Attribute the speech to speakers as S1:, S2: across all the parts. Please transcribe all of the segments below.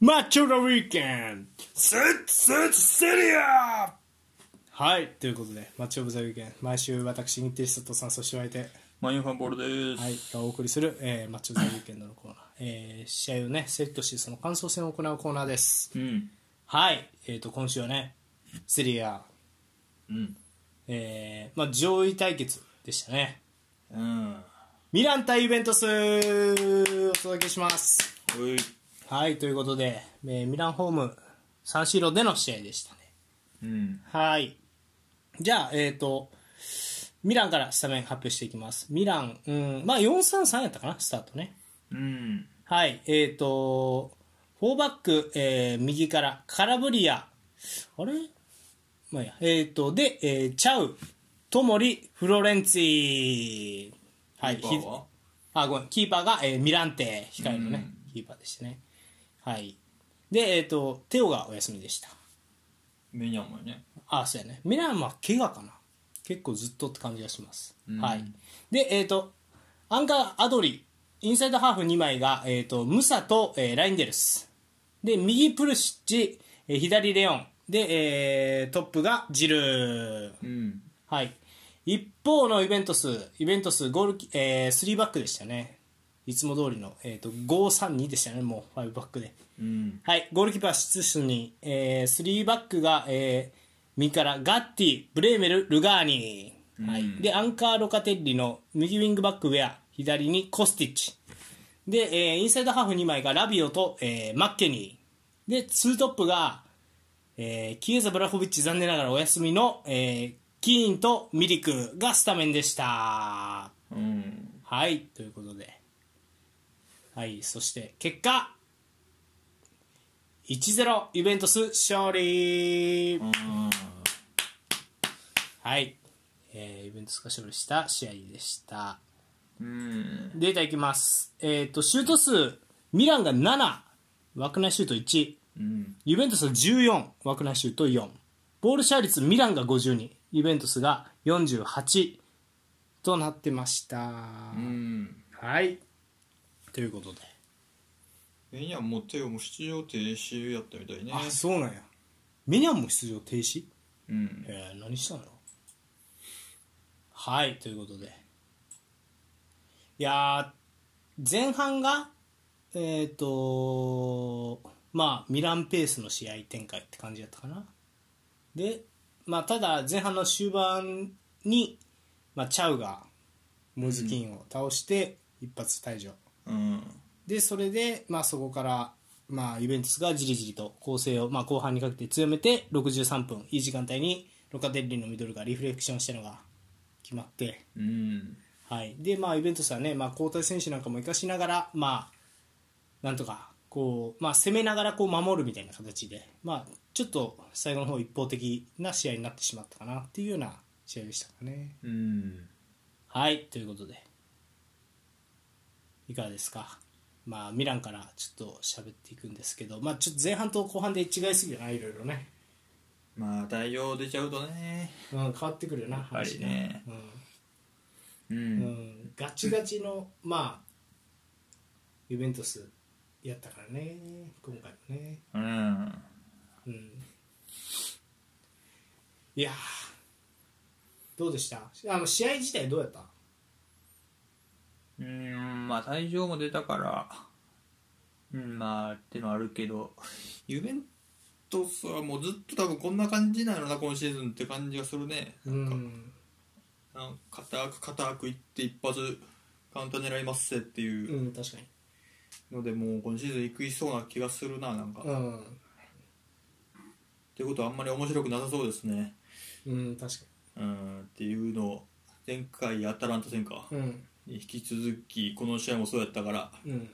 S1: マッチョのウィーケンドスッツスッツシリアはい、ということで、マッチョ・オブ・ザ・ウィーケンド毎週私、インテリストとさん、そしてお相手、
S2: マインファンボールです。
S1: はい、がお送りする、えーマッチョ・オブ・ザ・ウィーケンドのコーナー、えー試合をね、セットして、その感想戦を行うコーナーです。
S2: うん。
S1: はい、えーと、今週はね、セリア、
S2: うん。
S1: えーまあ、上位対決でしたね。
S2: うん。
S1: ミラン対イベントスお届けします。
S2: おい。
S1: はい、ということで、えーミランホーム、サンシーロでの試合でしたね。
S2: うん。
S1: はい。じゃあ、えっ、と、ミランからスタメン発表していきます。ミラン、うん、まあ4-3-3やったかな、スタートね。
S2: うん。
S1: はい、えっ、と、フォーバック、えー右から、カラブリア、あれまあいいや、えっ、と、で、えーチャウ、トモリ、フロレンツィ。はい、
S2: キーパーは
S1: ひあ、ごめん、キーパーが、えーミランテ、控えのね、キーパーでしたね。はい。で、えっ、と、テオがお休みでした。
S2: メニャンもね。
S1: あそうやねミランは怪我かな結構ずっとって感じがします、
S2: うん
S1: はいでえっ、とアンカーアドリインサイドハーフ2枚が、えー、とムサと、えーラインデルスで右プルシッチ、えー左レオンで、えートップがジルー
S2: うん。
S1: はい一方のイベントスイベントスゴールキ、えー、3バックでしたねいつも通りの、えー、と532でしたねもう5バックで
S2: うん。
S1: はい、ゴールキーパー出出に、えー、3バックが、えー右からガッティ、ブレーメル、ルガーニー、はい
S2: うん
S1: でアンカー・ロカテッリの右ウィングバックウェア左にコスティッチで、えーインサイドハーフ2枚がラビオと、えーマッケニーでツートップが、えーキエザ・ブラホビッチ残念ながらお休みの、えーキーンとミリクがスタメンでした。
S2: うん。
S1: はい、ということで、はい、そして結果、1-0イベントス勝利、
S2: あ
S1: はい、えーイベントスが勝利した試合でした。
S2: ーうん。
S1: データいきます。えっ、と、シュート数、ミランが7、枠内シュート1、
S2: うん。
S1: ユベントスが14、枠内シュート4、ボールシェア率、ミランが52、イベントスが48となってました。
S2: うん。
S1: はい、ということで。
S2: メニャンもテオも出場停止やったみたいね。
S1: あそうなんやメニャンも出場停止
S2: うん。
S1: えー、何したのはいということでいやー前半がえっ、とまあミランペースの試合展開って感じだったかなでまあただ前半の終盤に、まあ、チャウがムズキンを倒して一発退場、
S2: うん。
S1: でそれで、まあ、そこから、まあ、ユベントスがじりじりと攻勢を、まあ、後半にかけて強めて63分いい時間帯にロカデッリのミドルがリフレクションしたのが決まって、
S2: うん。
S1: はいでまあ、ユベントスは、ねまあ、交代選手なんかも生かしながら、まあ、なんとかこう、まあ、攻めながらこう守るみたいな形で、まあ、ちょっと最後の方一方的な試合になってしまったかなっていうような試合でしたかね。
S2: うん。
S1: はいということでいかがですかまあミランからちょっと喋っていくんですけどまあちょっと前半と後半で違いすぎるないろいろね、
S2: まあ、対応出ちゃうとね。
S1: うん、変わってくるよな
S2: ぱ
S1: 話
S2: りね
S1: ねう
S2: う。
S1: ん、うんん、ガチガチのまあユベントスやったからね今回もね
S2: うん。
S1: うんいやーどうでしたあの試合自体どうやった
S2: うん。まあ、退場も出たから。うん、まあ、ってのあるけど、ユベントスはもうずっと多分こんな感じなのな、今シーズンって感じがするね。
S1: うん
S2: なんか固く固くいって一発カウンター狙いますぜって
S1: う
S2: いうん
S1: 確かに
S2: ので、もう今シーズンいくいそうな気がするななんか、
S1: う
S2: っ
S1: ん
S2: てことはあんまり面白くなさそうですね
S1: うん確か
S2: うんっていうのを前回アタランタ戦か、
S1: にうん
S2: に引き続きこの試合もそうやったから、
S1: うん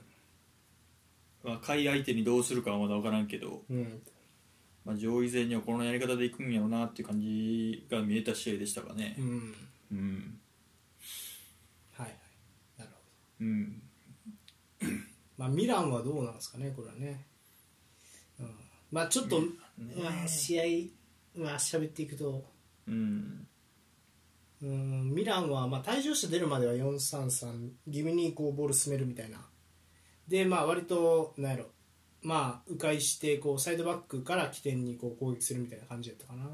S2: まあ、下位相手にどうするかはまだ分からんけど、
S1: うん
S2: まあ、上位勢にはこのやり方でいくんやろうなっていう感じが見えた試合でしたかね
S1: うん
S2: うん
S1: はいはいなるほど、
S2: うん
S1: まあ、ミランはどうなんですかねこれはね、うん、まあちょっと、
S2: ね
S1: まあ、試合まあ喋っていくと、
S2: うん
S1: うん、ミランは、まあ、退場者出るまでは4-3-3気味にこうボール進めるみたいなでまあ割となんやろまあ迂回してこうサイドバックから起点にこう攻撃するみたいな感じだったかな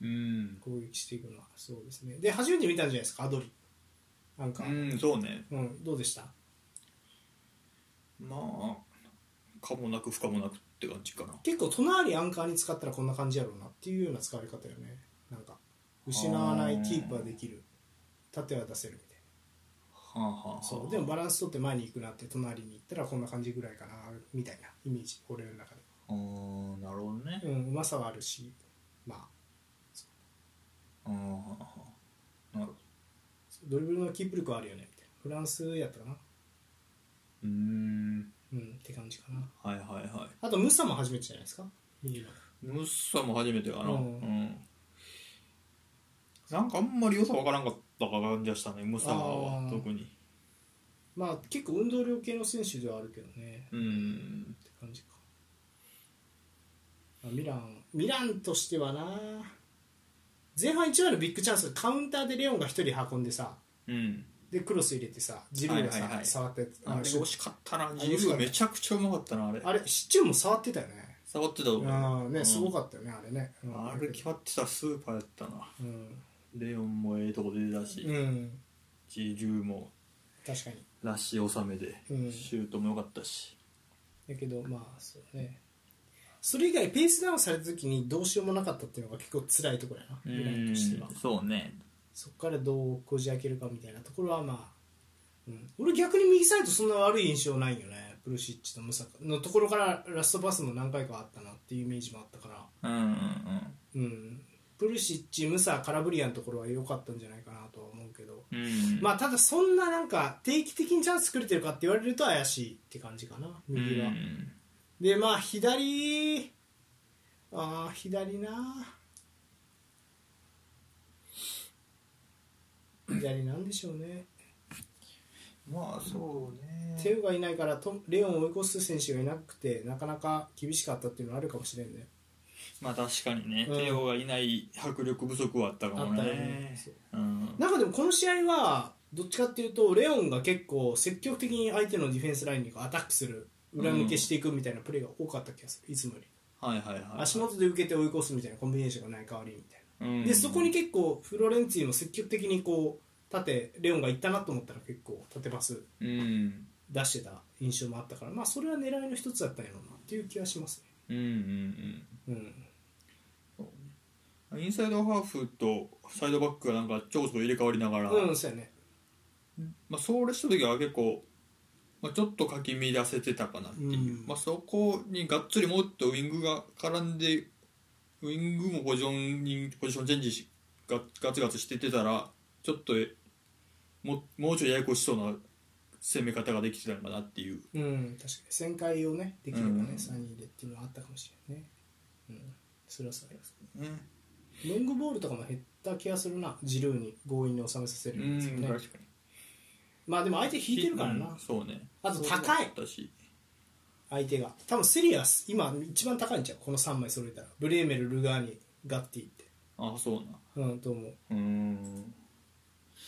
S2: うん、
S1: 攻撃していくのはそうですねで初めて見たんじゃないですかアドリなんか、
S2: うん、そうね
S1: うん、どうでした
S2: まあ可もなく不可もなくって感じかな
S1: 結構隣アンカーに使ったらこんな感じやろうなっていうような使われ方よねなんか失わないキープはできる縦は出せるみたい
S2: はあ、はあ、
S1: なそうでもバランス取って前に行くなって隣に行ったらこんな感じぐらいかなみたいなイメージ俺の中で
S2: あーなるほどね
S1: うんうまさはあるしまあ
S2: あーはあはあなるほど
S1: ドリブルのキープ力はあるよねみたいなフランスやったかな
S2: うーん
S1: うんって感じかな
S2: はいはいはい
S1: あとムサも初めてじゃないですか右の
S2: ムッサも初めてかな、
S1: う
S2: うんんなんかあんまり良さわからんかった感じはしたねムッサ
S1: あー
S2: は特に
S1: まあ結構運動量系の選手ではあるけどね
S2: う
S1: っ
S2: ん
S1: て感じか、まあミランミランとしてはな前半一番のビッグチャンスカウンターでレオンが一人運んでさ
S2: うん
S1: でクロス入れてさジルーがさ、
S2: はいはいはい
S1: 触ったやつ
S2: あ
S1: あ
S2: れ
S1: のシュ
S2: 惜しかったなジルーめちゃくちゃうまかったなあれ
S1: あれシチューも触ってたよね
S2: 触ってたと
S1: あ
S2: 思
S1: あ
S2: う
S1: ねすご
S2: っ
S1: かったよねあれね、う
S2: た、
S1: ん
S2: あれ決まってたスーパーやったな
S1: うん、
S2: レオンもええとこ出てたし、
S1: うん、
S2: ジルーも
S1: 確かに
S2: らしい納めで、
S1: うん
S2: シュートも良かったし
S1: だけどまあそうねそれ以外ペースダウンされた時にどうしようもなかったっていうのが結構辛いところやなミランとしては
S2: そうね
S1: そこからどうこじ開けるかみたいなところはまあ、うん、俺逆に右サイドそんな悪い印象ないよねプルシッチとムサカのところからラストパスも何回かあったなっていうイメージもあったから、
S2: うんうんうん
S1: うん、プルシッチムサカラブリアのところは良かったんじゃないかなとは思うけど、
S2: うん
S1: まあただそんななんか定期的にチャンス作れてるかって言われると怪しいって感じかな右は、
S2: うん
S1: でまあ左ああ左な左なんでしょうね
S2: まあそうね
S1: テウがいないからとレオンを追い越す選手がいなくてなかなか厳しかったっていうのはあるかもしれんね
S2: まあ確かにね、
S1: うん
S2: 帝王がいない迫力不足はあったかも
S1: あったよね
S2: ね
S1: そう
S2: うん
S1: なんかでもこの試合はどっちかっていうとレオンが結構積極的に相手のディフェンスラインにアタックする裏向けしていくみたいなプレーが多かった気がするいつもより
S2: はいはいはい
S1: 足元で受けて追い越すみたいなコンビネーションがない代わりみたいな
S2: うん
S1: でそこに結構フロレンツィも積極的にこう縦レオンが行ったなと思ったら結構縦パス
S2: うん
S1: 出してた印象もあったからまあそれは狙いの一つだったんやろうなっていう気はします
S2: うんうん
S1: ねうん
S2: うんインサイドハーフとサイドバックがなんかちょこちょこ入れ替わりながら、
S1: うんそうやね
S2: まあ、それした時は結構、まあ、ちょっとかき乱せてたかなっていう、
S1: うん
S2: まあ、そこにがっつりもっとウイングが絡んでウイングもポジションにポジションチェンジしがガツガツしててたらちょっとえももうちょいややこしそうな攻め方ができてたのかなっていう
S1: うん確かに旋回をねできればね、
S2: うん
S1: 3人でっていうのはあったかもしれないねうんそれはそうや
S2: ね
S1: ロングボールとかも減った気がするなジルーに強引に収めさせるんですよね
S2: 確かに
S1: まあでも相手引いてるからな、
S2: うんそうね
S1: あと高い
S2: そうだったし
S1: 相手が多分セリアス今一番高いんちゃうこの3枚揃えたらブレーメルルガーニガッティって
S2: あそうな
S1: うんと思う
S2: うーん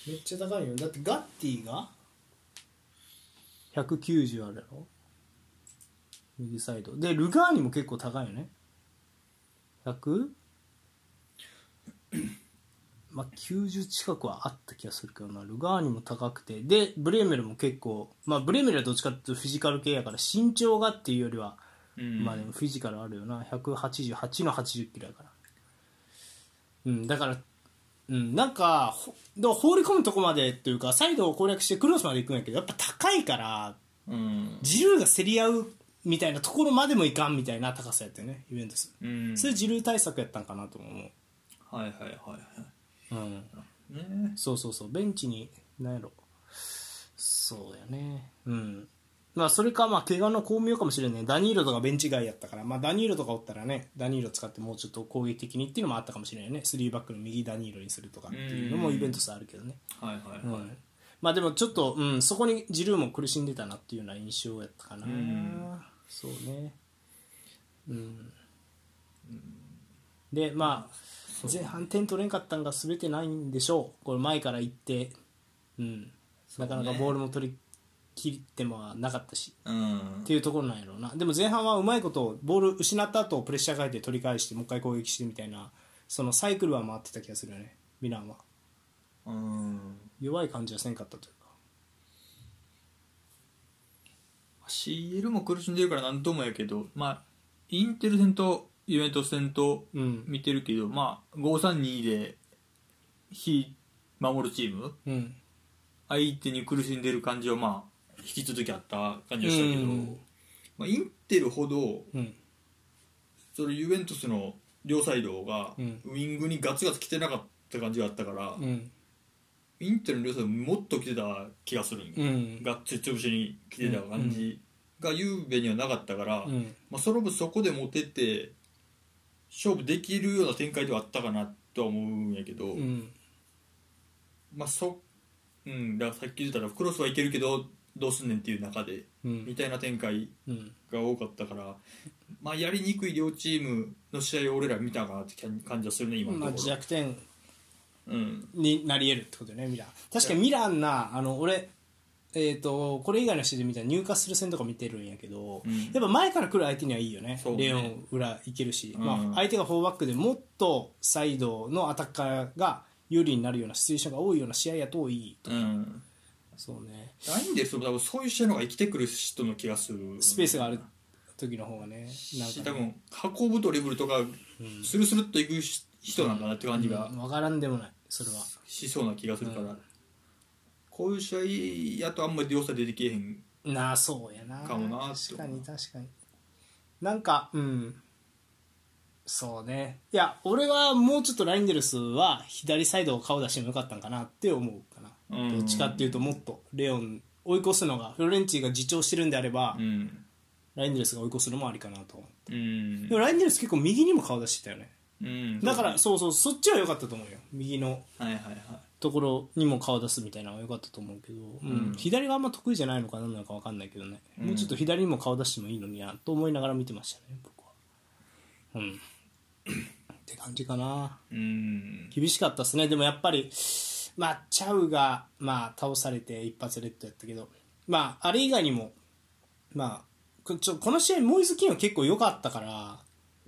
S1: めっちゃ高いよだってガッティが190あるやろ右サイドでルガーニも結構高いよね 100? まあ90近くはあった気がするけどなルガーニも高くてでブレーメルも結構まあブレーメルはどっちかっていうとフィジカル系やから身長がっていうよりは
S2: うん
S1: まあでもフィジカルあるよな188の80キロやからうんだからうんなんかほでも放り込むとこまでというかサイドを攻略してクロスまで行くんやけどやっぱ高いから
S2: うん
S1: ジルーが競り合うみたいなところまでもいかんみたいな高さやったよねイベントス
S2: うん
S1: それジルー対策やったんかなとも思
S2: はいはいはいは
S1: ううん
S2: いね
S1: そうそうそうベンチに何やろそうやねうんまあそれかまあ怪我の巧妙かもしれないねダニーロとかベンチ外やったからまあダニーロとかおったらねダニーロ使ってもうちょっと攻撃的にっていうのもあったかもしれないね3バックの右ダニーロにするとかっていうのも
S2: うん
S1: イベント差あるけどね
S2: はいはいはい、
S1: うんまあでもちょっと、うん、そこにジルーも苦しんでたなっていうような印象やったかな
S2: うん
S1: そうねうんでまあ前半点取れんかったんが全てないんでしょうこれ前から行って、うん、なかなかボールも取り切ってもなかったし
S2: うん
S1: っていうところなんやろうなでも前半はうまいことボール失った後プレッシャーかけて取り返してもう一回攻撃してみたいなそのサイクルは回ってた気がするよねミランは
S2: うん
S1: 弱い感じはせんかったというか
S2: CL も苦しんでるから何ともやけどまあインテル戦とイベントス戦と
S1: うん
S2: 見てるけど、まあ532で非守るチーム
S1: うん
S2: 相手に苦しんでる感じはまあ引き続きあった感じはしたけど、
S1: うん
S2: まあ、インテルほど
S1: うん
S2: それユベントスの両サイドが
S1: うん
S2: ウイングにガツガツ来てなかった感じがあったから、
S1: うん
S2: インテルの両サイドもっと来てた気がするんよ、
S1: うん
S2: がっつり潰しに来てた感じがゆうべにはなかったから、
S1: うん
S2: まあ、その分そこで持てて勝負できるような展開ではあったかなとは思うんやけど、
S1: うん
S2: まあそうんだからさっき言ったらクロスはいけるけどどうすんねんっていう中で
S1: うん
S2: みたいな展開
S1: うん
S2: が多かったから、まあ、やりにくい両チームの試合を俺ら見たかなって感じはするね今
S1: ま
S2: の
S1: あ
S2: ところ、
S1: 弱点
S2: うん
S1: になり得るってことよねミラン確かにミランなあの俺えー、とこれ以外の試合で見たら入荷する戦とか見てるんやけど、
S2: うん
S1: やっぱ前から来る相手にはいいよね
S2: そうね
S1: レオン裏いけるし、
S2: うん
S1: まあ、相手がフォーバックでもっとサイドのアタッカーが有利になるようなシチュエーションが多いような試合やといいと
S2: うん、
S1: そうね
S2: ラインでその多分そういう試合の方が生きてくる人の気がする
S1: スペースがある時の方がね
S2: し
S1: な
S2: 多
S1: んかね
S2: 分運ぶドリブルとかスルスルっといくし人なんかなって感じが
S1: うん、分からんでもないそれは
S2: しそうな気がするか
S1: う
S2: ら、
S1: ん
S2: こういう試合やとあんまり良さ出てけえへん
S1: なあそうやな
S2: かもなっ
S1: 確
S2: て思
S1: か
S2: う
S1: に確かになんかうんそうねいや俺はもうちょっとラインデルスは左サイドを顔出してもよかったんかなって思うかな、
S2: うん
S1: どっちかっていうともっとレオン追い越すのがフロレンチが自重してるんであれば、
S2: うん
S1: ラインデルスが追い越すのもありかなと思う
S2: うん
S1: でもラインデルス結構右にも顔出してたよね
S2: うん
S1: だからそうそうそっちは良かったと思うよ右の
S2: はいはいはい
S1: ところにも顔出すみたいなのが良かったと思うけど、うん
S2: うん
S1: 左があんま得意じゃないのか何なのか分かんないけどね、
S2: うん
S1: もうちょっと左にも顔出してもいいのになと思いながら見てましたね僕はうんって感じかな
S2: うん
S1: 厳しかったですねでもやっぱりまあチャウが、まあ、倒されて一発レッドやったけどまああれ以外にもまあこちょこの試合モイズ・キンは結構良かったから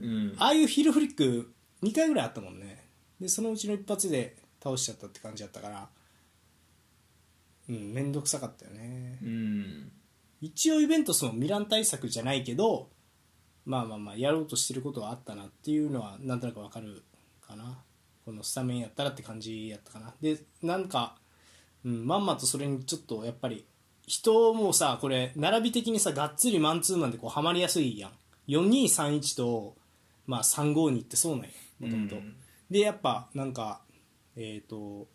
S2: うん
S1: ああいうヒールフリック2回ぐらいあったもんねでそのうちの一発で倒しちゃったって感じだったからうん面倒くさかったよね
S2: うん
S1: 一応イベントスもミラン対策じゃないけどまあまあまあやろうとしてることはあったなっていうのはなんとなくわかるかなこのスタメンやったらって感じやったかなでなんか、うん、まんまとそれにちょっとやっぱり人もさこれ並び的にさがっつりマンツーマンでこうはまりやすいやん4231と、まあ、352ってそうなんやもともと
S2: うん
S1: でやっぱなんかえっ、と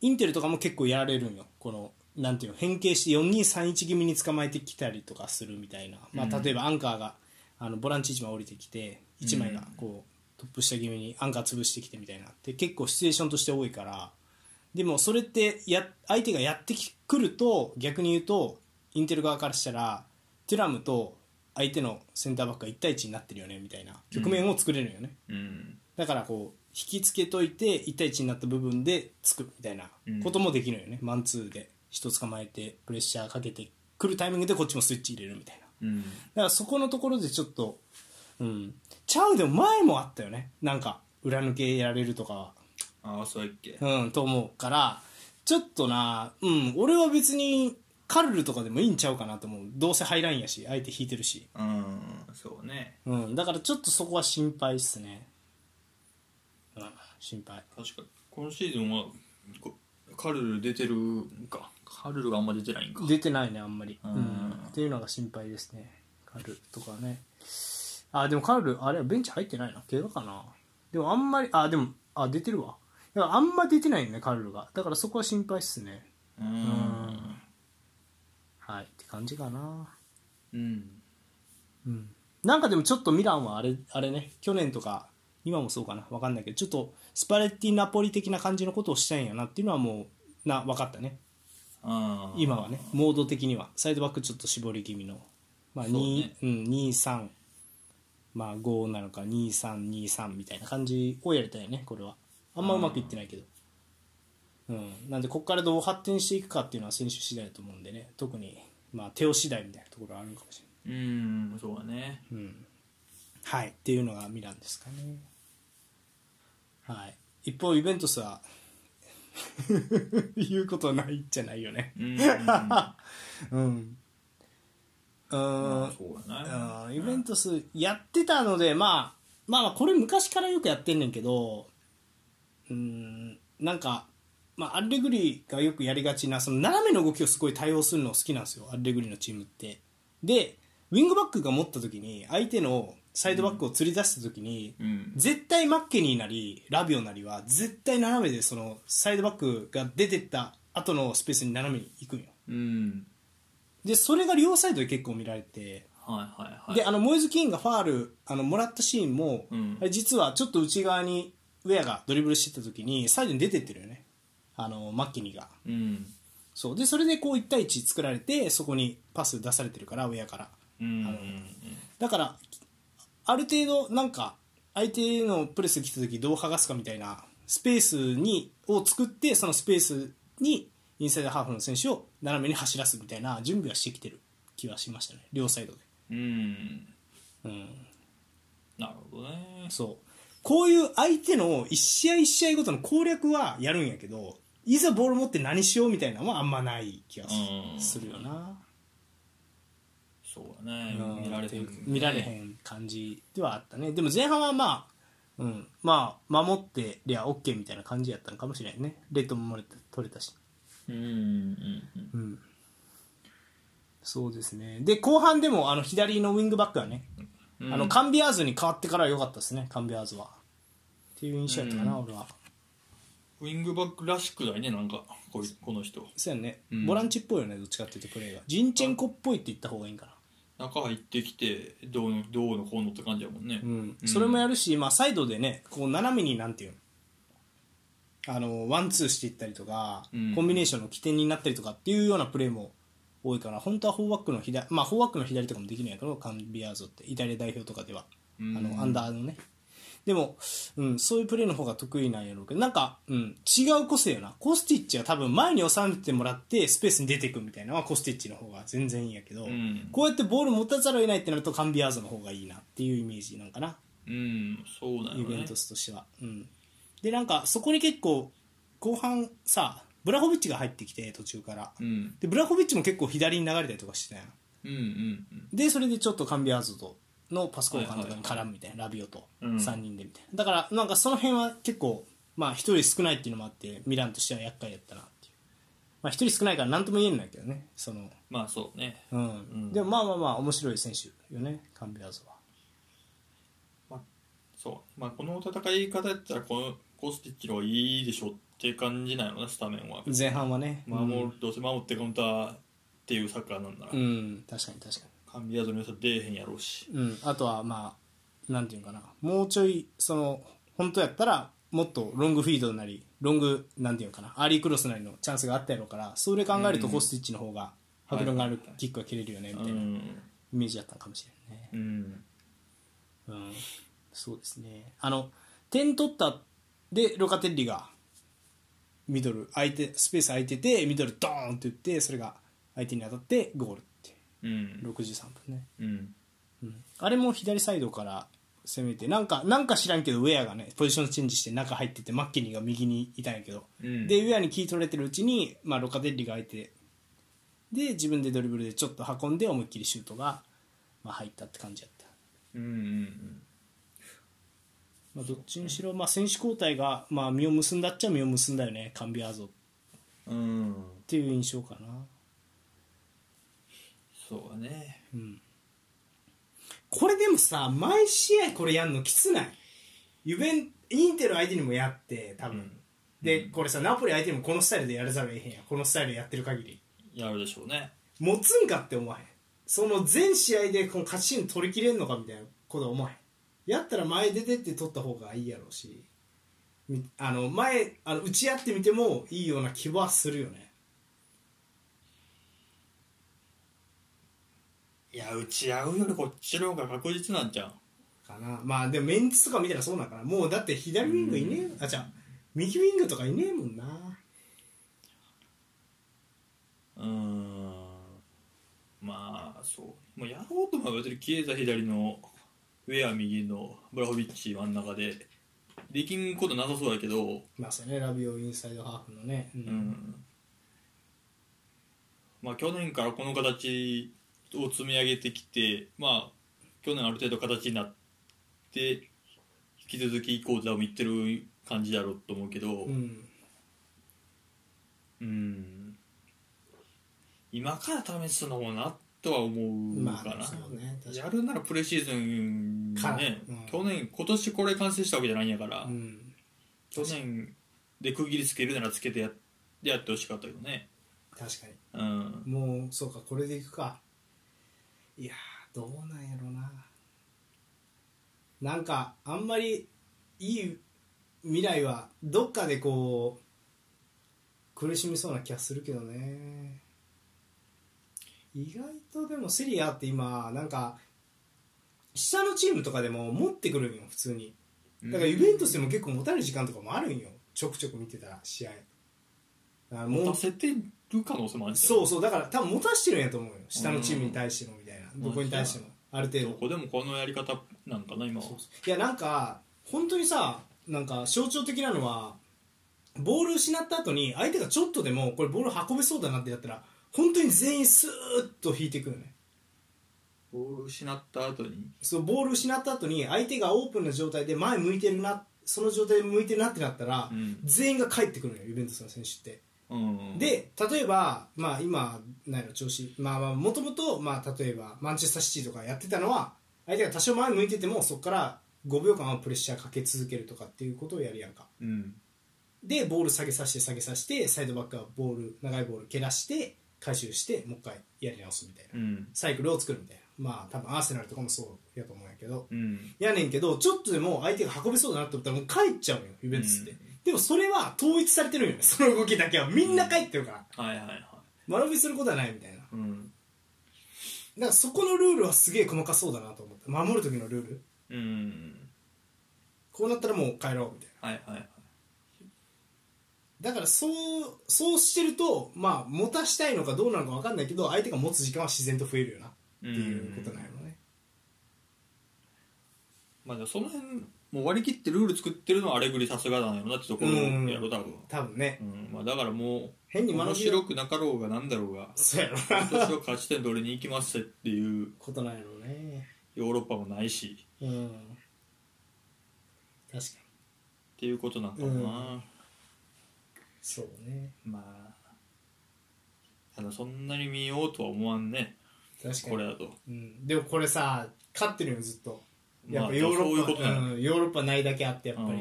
S1: インテルとかも結構やられるんよこのなんていうの変形して4231気味に捕まえてきたりとかするみたいな、ま
S2: う
S1: あ、
S2: ん
S1: 例えばアンカーがあのボランチ1枚降りてきて1枚がこうトップ下気味にアンカー潰してきてみたいなって結構シチュエーションとして多いからでもそれってや相手がやってくると逆に言うとインテル側からしたらテュラムと相手のセンターバックが1対1になってるよねみたいな局面を作れるよね、
S2: うん
S1: だからこう引きつけといて1対1になった部分でつくみたいなこともできるよね、マンツーで人捕まえてプレッシャーかけてくるタイミングでこっちもスイッチ入れるみたいな
S2: う
S1: だ
S2: ん
S1: からそこのところでちょっとうんちゃうでも前もあったよねなんか裏抜けやられるとかは
S2: ああそうやっけ
S1: うんと思うからちょっとなうん俺は別にカルルとかでもいいんちゃうかなと思うどうせハイラインやし相手引いてるし
S2: うんそうね
S1: うんだからちょっとそこは心配っすねうん心配
S2: 確か今シーズンはこカルル出てるんかカルルがあんま出てないんか
S1: 出てないねあんまり、
S2: うん
S1: っていうのが心配ですねカルとかねあでもカルあれはベンチ入ってないな怪我かなでもあんまりあでもあ出てるわだからあんま出てないよねカルがだからそこは心配っすね
S2: うん
S1: はいって感じかな
S2: うん
S1: うんなんかでもちょっとミランはあれあれね去年とか今もそうかな分かんないけどちょっとスパレッティナポリ的な感じのことをしたいんやなっていうのはもうな分かったね
S2: あー
S1: 今はねモード的にはサイドバックちょっと絞り気味の、まあ
S2: そう
S1: 2
S2: ね
S1: うん、23、まあ、5なのか2323みたいな感じをやりたいよねこれはあんまうまくいってないけどうん、なんでここからどう発展していくかっていうのは選手次第だと思うんでね特に、まあ、手を次第みたいなところはあるのかもし
S2: うんそうだね
S1: れない、うん、はいっていうのがミランですかねはい一方ユベントスは 言うことないじゃないよね
S2: う んあ
S1: うんうん
S2: そうだ
S1: う
S2: なん
S1: イベントスやってたので、まあ、まあまあこれ昔からよくやってんねんけどうんなんか、まあ、アレグリがよくやりがちなその斜めの動きをすごい対応するの好きなんですよアレグリのチームってでウィングバックが持った時に相手のサイドバックを釣り出した時に、
S2: うん
S1: 絶対マッケニーなりラビオなりは絶対斜めでそのサイドバックが出てった後のスペースに斜めに行くんよ
S2: うん
S1: でそれが両サイドで結構見られて
S2: はいはいはい
S1: であのモイズ・キーンがファールあのもらったシーンも、
S2: うん
S1: あれ実はちょっと内側にウェアがドリブルしてた時にサイドに出てってるよねあのマッキニーが
S2: うん
S1: そうでそれでこう1対1作られてそこにパス出されてるからウェアから
S2: うん
S1: だからある程度なんか相手のプレスが来た時どう剥がすかみたいなスペースにを作ってそのスペースにインサイドハーフの選手を斜めに走らすみたいな準備はしてきてる気はしましたね両サイドで、
S2: うん
S1: うん、
S2: なるほどね
S1: そうこういう相手の1試合1試合ごとの攻略はやるんやけどいざボール持って何しようみたいなのはあんまない気がす
S2: うん
S1: するよな、
S2: そうだね
S1: うん
S2: 見られてる
S1: 見られへん感じではあったねでも前半はまあ、うん、まあ守ってりゃ OK みたいな感じやったのかもしれないねレッドも取れた取れたし、
S2: うんうんうん
S1: うん、そうですねで後半でもあの左のウィングバックはね、
S2: うん
S1: あのカンビアーズに変わってからは良かったですねカンビアーズはっていう印象やったかな、
S2: うん
S1: 俺は
S2: ウィングバックらしくないねなんかこいこの人
S1: そうやね、
S2: うん
S1: ボランチっぽいよねどっちかっていうとプレーがジンチェンコっぽいって言った方がいいんかな、
S2: 中入ってきてどうのどうのこうのって感じやもんね
S1: うんそれもやるし、まあ、サイドでねこう斜めになんていうのあのワンツーしていったりとか、
S2: うん
S1: コンビネーションの起点になったりとかっていうようなプレーも多いから本当はフォーバックの左まあフォーバックの左とかもできるんやけどカンビアーゾってイタリア代表とかでは、
S2: うん
S1: あのアンダーのねでも、うん、そういうプレーの方が得意なんやろうけどなんか、うん、違う個性よなコスティッチは多分前に収めてもらってスペースに出ていくみたいなのはコスティッチの方が全然いいんやけど、
S2: うん
S1: こうやってボール持たざるを得ないってなるとカンビアーゾの方がいいなっていうイメージなんかな
S2: うんそうだよね
S1: イベントスとしては、うん、でなんかそこに結構後半さブラホビッチが入ってきて途中から
S2: うん
S1: でブラホビッチも結構左に流れたりとかしてたやん
S2: うんうん
S1: でそれでちょっとカンビアーズとのパス交換とかに絡むみたいな、ラビオと
S2: うん
S1: 3人でみたいな、だからなんかその辺は結構まあ1人少ないっていうのもあってミランとしては厄介だったなっていう、まあ、1人少ないから何とも言えんないけどねその、
S2: まあそうね
S1: うん
S2: ん
S1: でもまあまあまあ面白い選手よねカンビアーズは
S2: まあそうまあこの戦い方やったらこのコスティッチの方がいいでしょって感じなのなスタメンは
S1: 前半はね
S2: 守る、どうせ守ってカウンターっていうサッカーなんなら、
S1: うん、うん、確かに確かに
S2: カンビアーズの良さ出えへんやろうし
S1: うん、あとはまあなんていうのかなもうちょいその本当やったらもっとロングフィードなりロングなんていうのかなアーリークロスなりのチャンスがあったやろうからそれ考えると
S2: うん
S1: コスティッチの方が迫力がある
S2: はい
S1: キックが蹴れるよねみ
S2: う
S1: たいなんイメージだったのかもしれないね、
S2: うん
S1: うん、そうですねあの点取ったでロカテッリがミドル空いてスペース空いててミドルドーンって打ってそれが相手に当たってゴールって
S2: うん
S1: 63分ね
S2: うん
S1: あれも左サイドから攻めてなんかなんか知らんけどウェアがねポジションチェンジして中入っててマッケニーが右にいたんやけど、
S2: うん
S1: でウェアにキー取れてるうちに、まあ、ロカデッリが空いてで自分でドリブルでちょっと運んで思いっきりシュートが、まあ、入ったって感じだった、
S2: うんうん
S1: まあ、どっちにしろ、まあ、選手交代が、まあ、実を結んだっちゃ実を結んだよねカンビアーゾっ
S2: うんうん
S1: ていう印象かな、
S2: そうだね
S1: うん、これでもさ毎試合これやんのきつないユベンインテル相手にもやって多分、
S2: うん
S1: でこれさナポリ相手にもこのスタイルでやらざるをえへんやんこのスタイルやってる限り
S2: やるでしょうね
S1: 持つんかって思わへんその全試合でこの勝ちに取りきれんのかみたいなことは思わへんやったら前出てって取った方がいいやろうしみあの前あの打ち合ってみてもいいような気はするよね
S2: いや打ち合うよりこっちの方が確実なんじゃん
S1: かなまあでもメンツとか見たらそうなんかなもうだって左ウィングいねえあじゃあ右ウィングとかいねえもんな
S2: うんまあそうもうやろうと思えば別に消えた左のウェア右のブラホビッチ真ん中でできんことなさそうやけど
S1: まあそうねラビオインサイドハーフのね、う
S2: う、んまあ去年からこの形を積み上げてきてまあ去年ある程度形になって引き続きこうだを見ってる感じだろうと思うけど、
S1: うん、
S2: うん今から試すのもなとは思う
S1: ま
S2: かな、
S1: あそうね確か
S2: やるならプレシーズン
S1: から
S2: ね、
S1: うん
S2: 去年今年これ完成したわけじゃないんやから、
S1: に、うん、
S2: 去年で区切りつけるならつけてややってほしかったけどね
S1: 確かに
S2: うん
S1: もうそうかこれでいくかいやーどうなんやろななんかあんまりいい未来はどっかでこう苦しみそうな気がするけどね意外とでもセリアって今なんか下のチームとかでも持ってくるんよ普通にだからイベントスでも結構持たれる時間とかもあるんよちょくちょく見てたら試合あも
S2: 持
S1: う
S2: たせてる可能性もあるじゃん
S1: そうそうだから多分持たしてるんやと思うよ下のチームに対してもみたいな
S2: うん
S1: どこに対してもある程
S2: ど
S1: 度
S2: こでもこのやり方なんかな今は
S1: そういやなんか本当にさなんか象徴的なのはボール失った後に相手がちょっとでもこれボール運べそうだなってやったら本当に全員スーッと引いていくよね
S2: ボール失った後に
S1: そうボール失った後に相手がオープンな状態で前向いてるなその状態で向いてるなってなったら、
S2: うん
S1: 全員が帰ってくるのよイベントスの選手って
S2: うん
S1: で例えば、まあ、今ないの調子まあまあもともと、まあ、例えばマンチェスターシティとかやってたのは相手が多少前向いててもそこから5秒間はプレッシャーかけ続けるとかっていうことをやるやんか
S2: うん
S1: でボール下げさせて下げさせてサイドバックはボール長いボール蹴らして回収してもう一回やり直すみたいな、
S2: うん
S1: サイクルを作るみたいなまあ多分アーセナルとかもそうやと思うんやけど
S2: うん
S1: やねんけどちょっとでも相手が運べそうだなと思ったらもう帰っちゃうのよイベントスって、
S2: うん
S1: でもそれは統一されてるんよねその動きだけはみんな帰ってるから、
S2: はいはいはい
S1: 間延びすることはないみたいなだか
S2: うん
S1: らそこのルールはすげえ細かそうだなと思った守る時のルール
S2: うん
S1: こうなったらもう帰ろうみたいな
S2: はいはいはい
S1: だからそうそうしてるとまあ持たしたいのかどうなのか分かんないけど相手が持つ時間は自然と増えるよなっていうことなんやろね
S2: まあでもその辺もう割り切ってルール作ってるのはアレグリさすがだなよなってところやろ多分、
S1: 多分ね
S2: うんまあ、だからもう
S1: 変に間延
S2: 面
S1: び
S2: 白くなかろうがなんだろうが
S1: そうやろな
S2: 今年は勝ち点取りに行きますっていう
S1: ことなんやろね
S2: ヨーロッパもないし
S1: うん確かに
S2: っていうことなんかもな、
S1: そうね
S2: まあただそんなに見ようとは思わんね
S1: 確かに
S2: これだと
S1: うん、でもこれさ勝ってるよずっとやっ
S2: ま
S1: ぱ
S2: あ
S1: ヨーロ
S2: そういうこ
S1: ッ
S2: と
S1: パ、
S2: なの
S1: うん、ヨーロッパないだけあってやっぱり、
S2: うん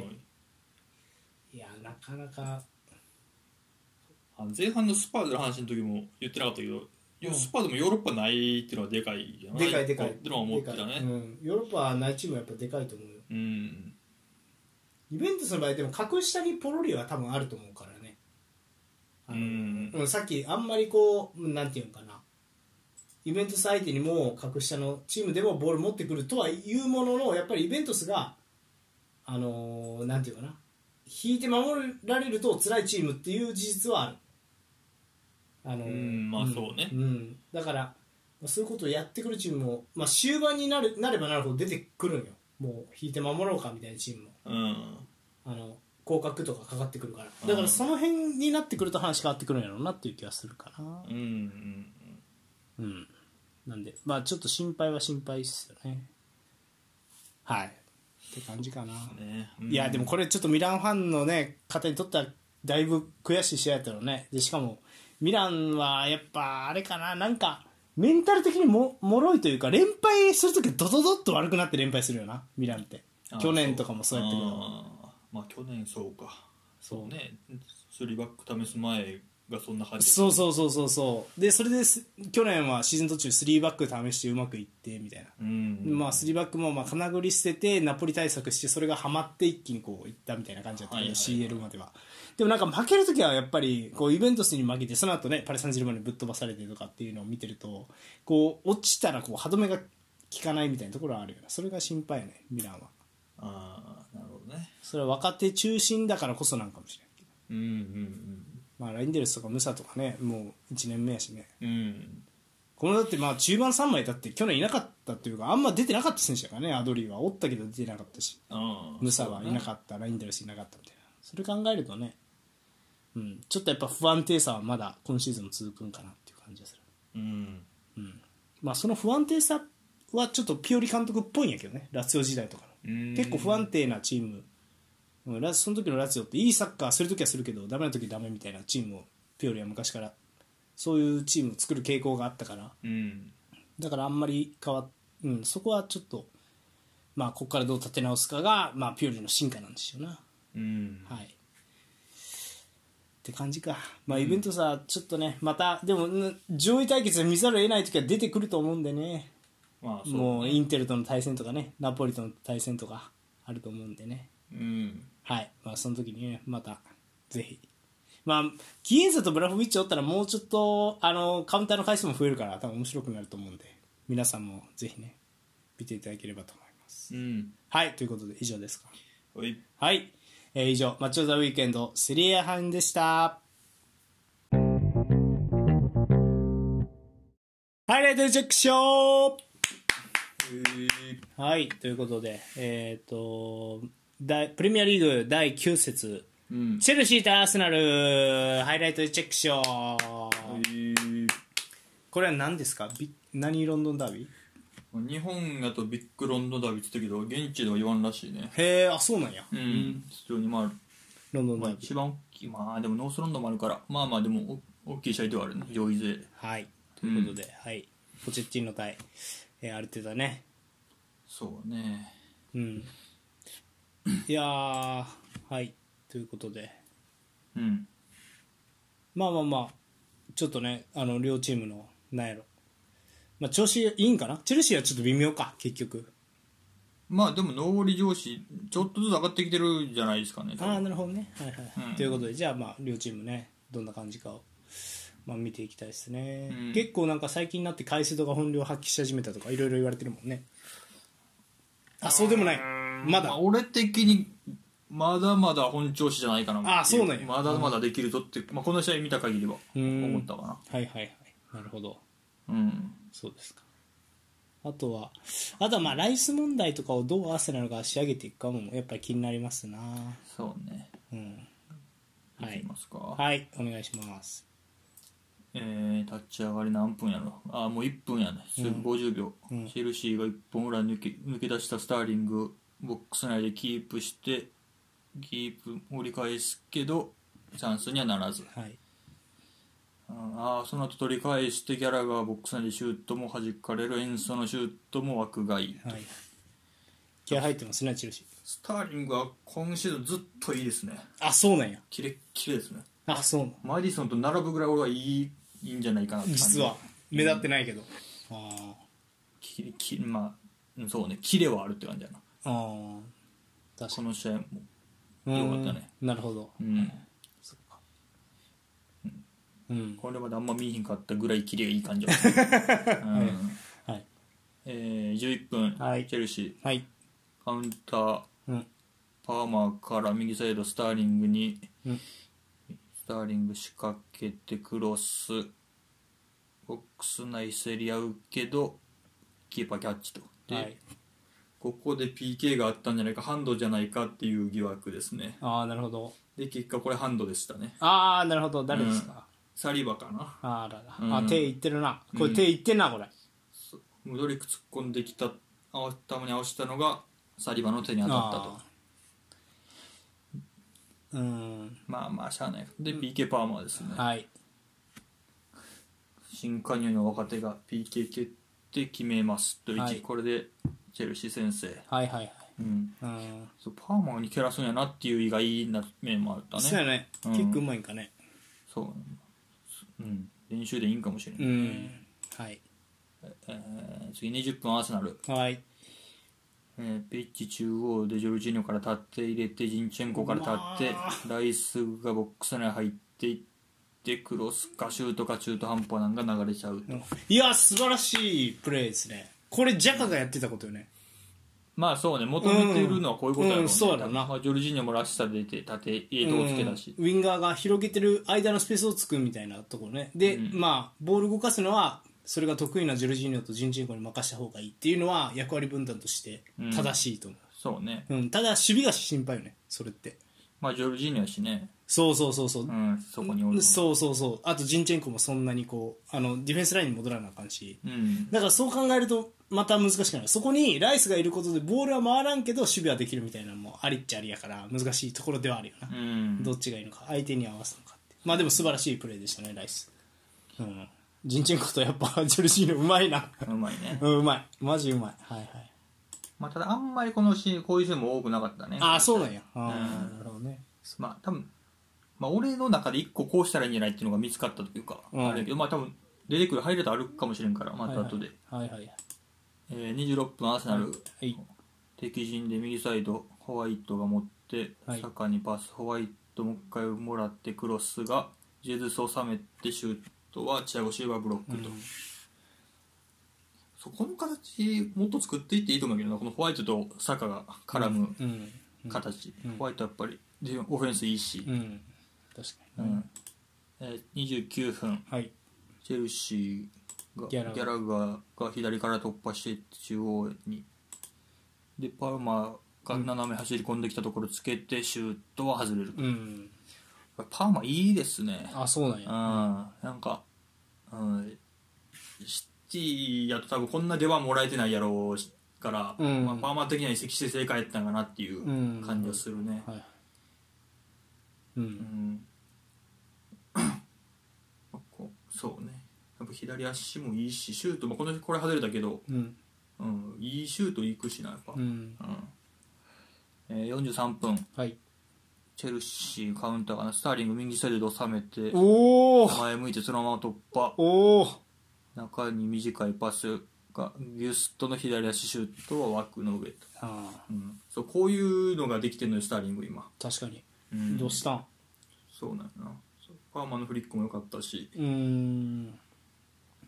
S1: いやなかなか
S2: あの前半のスパーズの話の時も言ってなかったけど、
S1: うん
S2: スパーズもヨーロッパないっていうのはでかいよな
S1: でかいでかい
S2: ってのは思ってた
S1: でか
S2: ね
S1: いうん、ヨーロッパはないチームはやっぱでかいと思うよ
S2: うん
S1: イベントスの場合でも格下にポロリは多分あると思うからねあ
S2: う
S1: の、
S2: ん
S1: うんさっきあんまりこううんなんていうのかなイベントス相手にも格下のチームでもボール持ってくるとはいうもののやっぱりイベントスがあのーなんていうかな引いて守られると辛いチームっていう事実はあるあのー
S2: うんまあそうね
S1: んうんだからまあそういうことをやってくるチームも、まあ、終盤になるなればなるほど出てくるんよもう引いて守ろうかみたいなチームも
S2: うん
S1: あの広角とかかかってくるから
S2: うん
S1: だからその辺になってくると話変わってくるんやろうなっていう気がするかな
S2: うんうん
S1: うんなんでまあちょっと心配は心配ですよねはいって感じかな、
S2: ねうん
S1: いやでもこれちょっとミランファンのね方にとってはだいぶ悔しい試合だったのねでしかもミランはやっぱあれかななんかメンタル的にも脆いというか連敗するときドドドッと悪くなって連敗するよなミランって
S2: あ
S1: 去年とかもそうやったけど
S2: あーまあ去年そうか
S1: そう
S2: そうね3バック試す前がそんな感じ
S1: そうそうそうそうそうでそれです去年はシーズン途中3バック試してうまくいってみたいな、
S2: うん
S1: まあ3バックもまあ金繰り捨ててナポリ対策してそれがはまって一気にこういったみたいな感じだったけど、
S2: はいはい
S1: CL まではでもなんか負けるときはやっぱりこうイベントスに負けてその後ねパリ・サンジェルマンにぶっ飛ばされてとかっていうのを見てるとこう落ちたらこう歯止めが効かないみたいなところはあるよなそれが心配よねミランは
S2: ああなるほどね
S1: それは若手中心だからこそなんかもしれないけど
S2: うんうんうん
S1: まあ、ラインデルスとかムサとかねもう1年目やしね
S2: うん
S1: このだってまあ中盤3枚だって去年いなかったというかあんま出てなかった選手だからねアドリーはおったけど出てなかったし
S2: ああ
S1: ムサはいなかったラインデルスいなかったみたいなそれ考えるとね、うん、ちょっとやっぱ不安定さはまだ今シーズンも続くんかなっていう感じがする、
S2: うん
S1: まあ、その不安定さはちょっとピオリ監督っぽいんやけどねラツィオ時代とかの結構不安定なチームうんラその時のラツィオっていいサッカーする時はするけどダメな時はダメみたいなチームをピオリは昔からそういうチームを作る傾向があったから
S2: うん
S1: だからあんまり変わっ、うん、そこはちょっと、まあ、ここからどう立て直すかが、まあ、ピオリの進化なんでしょうな。
S2: うん
S1: はいって感じか、まあ、イベントさ、ちょっとね、また、でも、ん上位対決で見ざるを得ない時は出てくると思うんでね、
S2: まあそう
S1: もうインテルとの対戦とかね、ナポリとの対戦とかあると思うんでね、
S2: うん
S1: はい、まあ、その時にね、また、ぜひ、まあ、キエンザとブラフビッチおったら、もうちょっとあのカウンターの回数も増えるから、多分面白くなると思うんで、皆さんもぜひね、見ていただければと思います。
S2: うん
S1: はい、ということで、以上ですか。
S2: おい
S1: はい、えー以上「マッチョ・ザ・ウィークエンド」セリエ班でしたハイライトチェックショー
S2: えー
S1: はいということでえっ、と大プレミアリーグ第9節
S2: うん
S1: チェルシーとアーセナルハイライトチェックショー
S2: えー
S1: これは何ですかビ何ロンドンダービー
S2: 日本だとビッグロンドンダービーって言ったけど現地では言わんらしいね
S1: へえあそうなんや、
S2: うん非常にまあ
S1: ロンドン
S2: ま
S1: ダ
S2: あ
S1: ービー
S2: 一番大きいまあでもノースロンドンもあるからまあまあでもお大きい試合ではあるね上位勢
S1: はいということで、はいポチェッティーノ対、えー、アルテタね
S2: そうね
S1: うん、いやーはいということで
S2: うん
S1: まあまあまあちょっとねあの両チームのなんやろ、まあ、調子いいんかなチェルシーはちょっと微妙か結局
S2: まあでも上り上司ちょっとずつ上がってきてるじゃないですかね多分
S1: ああなるほどねはいはい、
S2: うん
S1: ということでじゃあまあ両チームねどんな感じかを、まあ、見ていきたいですね、
S2: うん
S1: 結構なんか最近になってカイセドが本領発揮し始めたとかいろいろ言われてるもんねあそうでもないまだ
S2: あ俺的にまだまだ本調子じゃないかなってい
S1: あそうなんや
S2: まだまだできるとって、まあ、この試合見た限りは
S1: うん
S2: 思ったか
S1: はいはいはいなるほど
S2: なうん
S1: そうですかあとはあとはまあライス問題とかをどうアーセナルが仕上げていくかもやっぱり気になりますな
S2: そうね
S1: うんはいい
S2: きますか、
S1: はいお願いします
S2: えー、立ち上がり何分やろあもう1分やねすぐ50秒、
S1: うん
S2: チェルシーが1本ぐらい抜け抜け出したスターリングボックス内でキープしてキープ折り返すけどチャンスにはならず
S1: はい
S2: うんあーその後取り返してギャラがボックス内でシュートも弾かれる演奏のシュートも枠外、
S1: はい気合入ってますねチェルシー
S2: スターリングは今シーズンずっといいですね
S1: あそうなんや
S2: キレッキレですね
S1: あそうなん
S2: マディソンと並ぶぐらい俺はいいいいんじゃないかなって感じ
S1: 実は目立ってないけど、あ
S2: キレキレまあうんそうねキレはあるって感じやな
S1: あああ確
S2: こ
S1: かに
S2: の試合も
S1: う
S2: よ
S1: ん
S2: かったね
S1: なるほど
S2: うん
S1: うん
S2: これまであんま見えへんかったぐらいキレがいい感じ やった、うん
S1: はい
S2: えー、11分、
S1: はい
S2: チェルシ
S1: はい
S2: ーカウンター
S1: うん
S2: パーマーから右サイドスターリングに、
S1: うん
S2: スターリング仕掛けてクロスボックス内競り合うけどキーパーキャッチとで、
S1: はい
S2: ここで PK があったんじゃないかハンドじゃないかっていう疑惑ですね
S1: ああなるほど
S2: で結果これハンドでしたね
S1: ああなるほど誰ですか、
S2: サリバかな
S1: あらら、
S2: う
S1: あ
S2: ん
S1: 手いってるなこ
S2: う
S1: れ
S2: ん
S1: 手いってんなこれ、
S2: ムドリック突っ込んできたあたまに合わせたのがサリバの手に当たったと
S1: あーうん
S2: まあまあしゃあないで PK パーマーですね、
S1: はい
S2: 新加入の若手が PK 蹴って決めますと、
S1: はい
S2: 一これでチェルシー先生、
S1: はいはいはい
S2: うん、
S1: うん
S2: そうパーマに蹴らすんやなっていう意外な面もあったね
S1: そうやね、
S2: うん
S1: キックうまいんかね
S2: そう、うん、練習でいいんかもしれ
S1: う
S2: ない、
S1: んはい
S2: えー次20分アーセナル、
S1: はい
S2: えーピッチ中央でジョルジーニョから立って入れてジンチェンコから立っ
S1: う
S2: て
S1: わ
S2: ライスがボックス内入っていってクロスかシュートか中途半端なんか流れちゃうと、
S1: いや素晴らしいプレーですねこれジャカがやってたことよね
S2: まあそうね求めてるのはこういうことやろうね、
S1: うんそうだな
S2: まあジョルジーニョもらしさ出て縦えとをつけたし、
S1: うんウィンガーが広げてる間のスペースをつくみたいなところねで、
S2: うん
S1: まあボール動かすのはそれが得意なジョルジーニョとジンチェンコに任した方がいいっていうのは役割分担として正しいと思
S2: そうね
S1: う、うんただ守備が心配よねそれって
S2: まあジョルジーニョやしね
S1: そうそうそうそう、
S2: うんそこにおるの
S1: そうそうそうあとジンチェンコもそんなにこうあのディフェンスラインに戻らなあかんし
S2: うん
S1: だからそう考えるとまた難しくなるそこにライスがいることでボールは回らんけど守備はできるみたいなのもありっちゃありやから難しいところではあるよな、
S2: うん
S1: どっちがいいのか相手に合わすのかってまあでも素晴らしいプレーでしたねライスうんジンチェンコとやっぱ ジョルジーノうまいな
S2: うまいね、
S1: うんうまいマジうまいはいはい
S2: まあ、ただあんまりこのシーンこういうシーンも多くなかったね
S1: ああそうなんやあ
S2: う
S1: あ
S2: ん
S1: なるほどね
S2: まあ多分、まあ、俺の中で一個こうしたらいいんじゃないっていうのが見つかったというか、
S1: うん
S2: あれやけどまあ多分出てくる入れたら歩くかもしれんからまた後で、
S1: はいはいはい
S2: えー26分アーセナ
S1: は
S2: ル、
S1: い
S2: 敵陣で右サイドホワイトが持って、
S1: はい
S2: サカにパスホワイトもう一回もらってクロスがジェズスを収めてシュートはチアゴシーバーブロックと、
S1: うん
S2: そこの形もっと作っていっていいと思うけどなこのホワイトとサカが絡む
S1: うん
S2: 形、
S1: うん
S2: ホワイトはやっぱりディフェンオフェンスいいし
S1: う、ん確
S2: う
S1: か
S2: ん
S1: に
S2: えー29分
S1: はい
S2: チェルシーが
S1: ギ
S2: ギャ
S1: ャ
S2: ラ
S1: ラガー
S2: ガーが左から突破して中央にでパーマが斜め走り込んできたところつけてシュートは外れる、
S1: うん
S2: パーマいいですね
S1: あそうなん
S2: うん
S1: や
S2: なんか、うん、シティやと多分こんな出番もらえてないやろうから、
S1: うん
S2: まあ、パーマ的には移籍して正解やったんかなっていう感じがするね、
S1: はいうん
S2: こうそうねやっぱ左足もいいしシュート、まあ、このこれ外れたけど、
S1: うん
S2: うん、いいシュートいくしなやっぱ、
S1: うん
S2: えー43分
S1: はい
S2: チェルシーカウンターかなスターリング右サイドで収めて
S1: おお
S2: 前向いてそのまま突破
S1: おお
S2: 中に短いパスがギュストの左足シュートは枠の上と、
S1: ああ
S2: うん、そうこういうのができてるのよスターリング今、
S1: 確かに
S2: うん
S1: どうしたん
S2: そうなんやなそうパーマのフリックも良かったし、
S1: うーん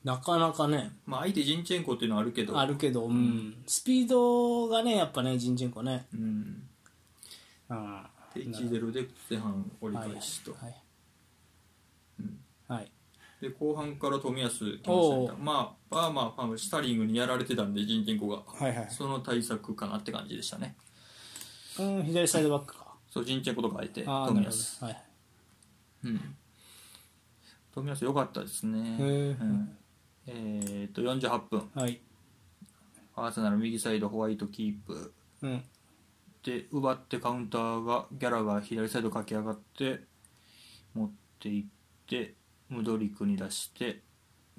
S1: なかなかね
S2: まあ、相手ジンチェンコっていうのはあるけど
S1: あるけど、うんスピードがねやっぱねジンチェンコね
S2: うん、
S1: あ
S2: で1-0で前半折り返しと、
S1: はいはい、
S2: うん
S1: はい
S2: で後半から冨安来ま
S1: お
S2: し
S1: う
S2: たまあパーマパーマスタリングにやられてたんで人権が、
S1: はいはい
S2: その対策かなって感じでしたね
S1: うん左サイドバックか
S2: そう人権とかあえて
S1: ああ
S2: 冨
S1: なるほ
S2: 安
S1: ど、はい、
S2: うん、冨安良かったです
S1: へ
S2: ね
S1: え
S2: うんえーっと48分
S1: はい
S2: アーセナル右サイドホワイトキープ
S1: うん
S2: で奪ってカウンターがギャラが左サイド駆け上がって持っていってムドリックに出して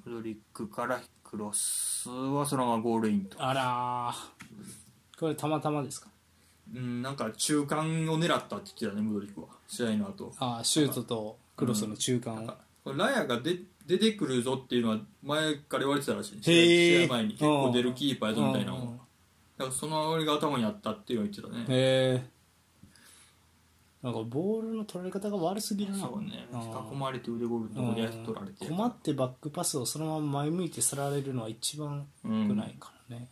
S2: ムドリックからクロスはそのままゴールインと
S1: あらーこれたまたまですか
S2: うん、なんか中間を狙ったって言ってたね、ムドリックは、試合の後
S1: ああシュートとクロスの中間を、
S2: これラヤがで出てくるぞっていうのは、前から言われてたらしい、
S1: へ
S2: 試合
S1: ー
S2: 前に結構出るキーパーやぞみたいな
S1: うんうん
S2: のだからそのあれが頭にあったっていうのは言ってたね、
S1: へえんかボールの取られ方が悪すぎるな
S2: そうね、
S1: あー
S2: 囲まれて腕ゴールのとこでやつ取られて、
S1: 困ってバックパスをそのまま前向いて去られるのは一番良くないからね、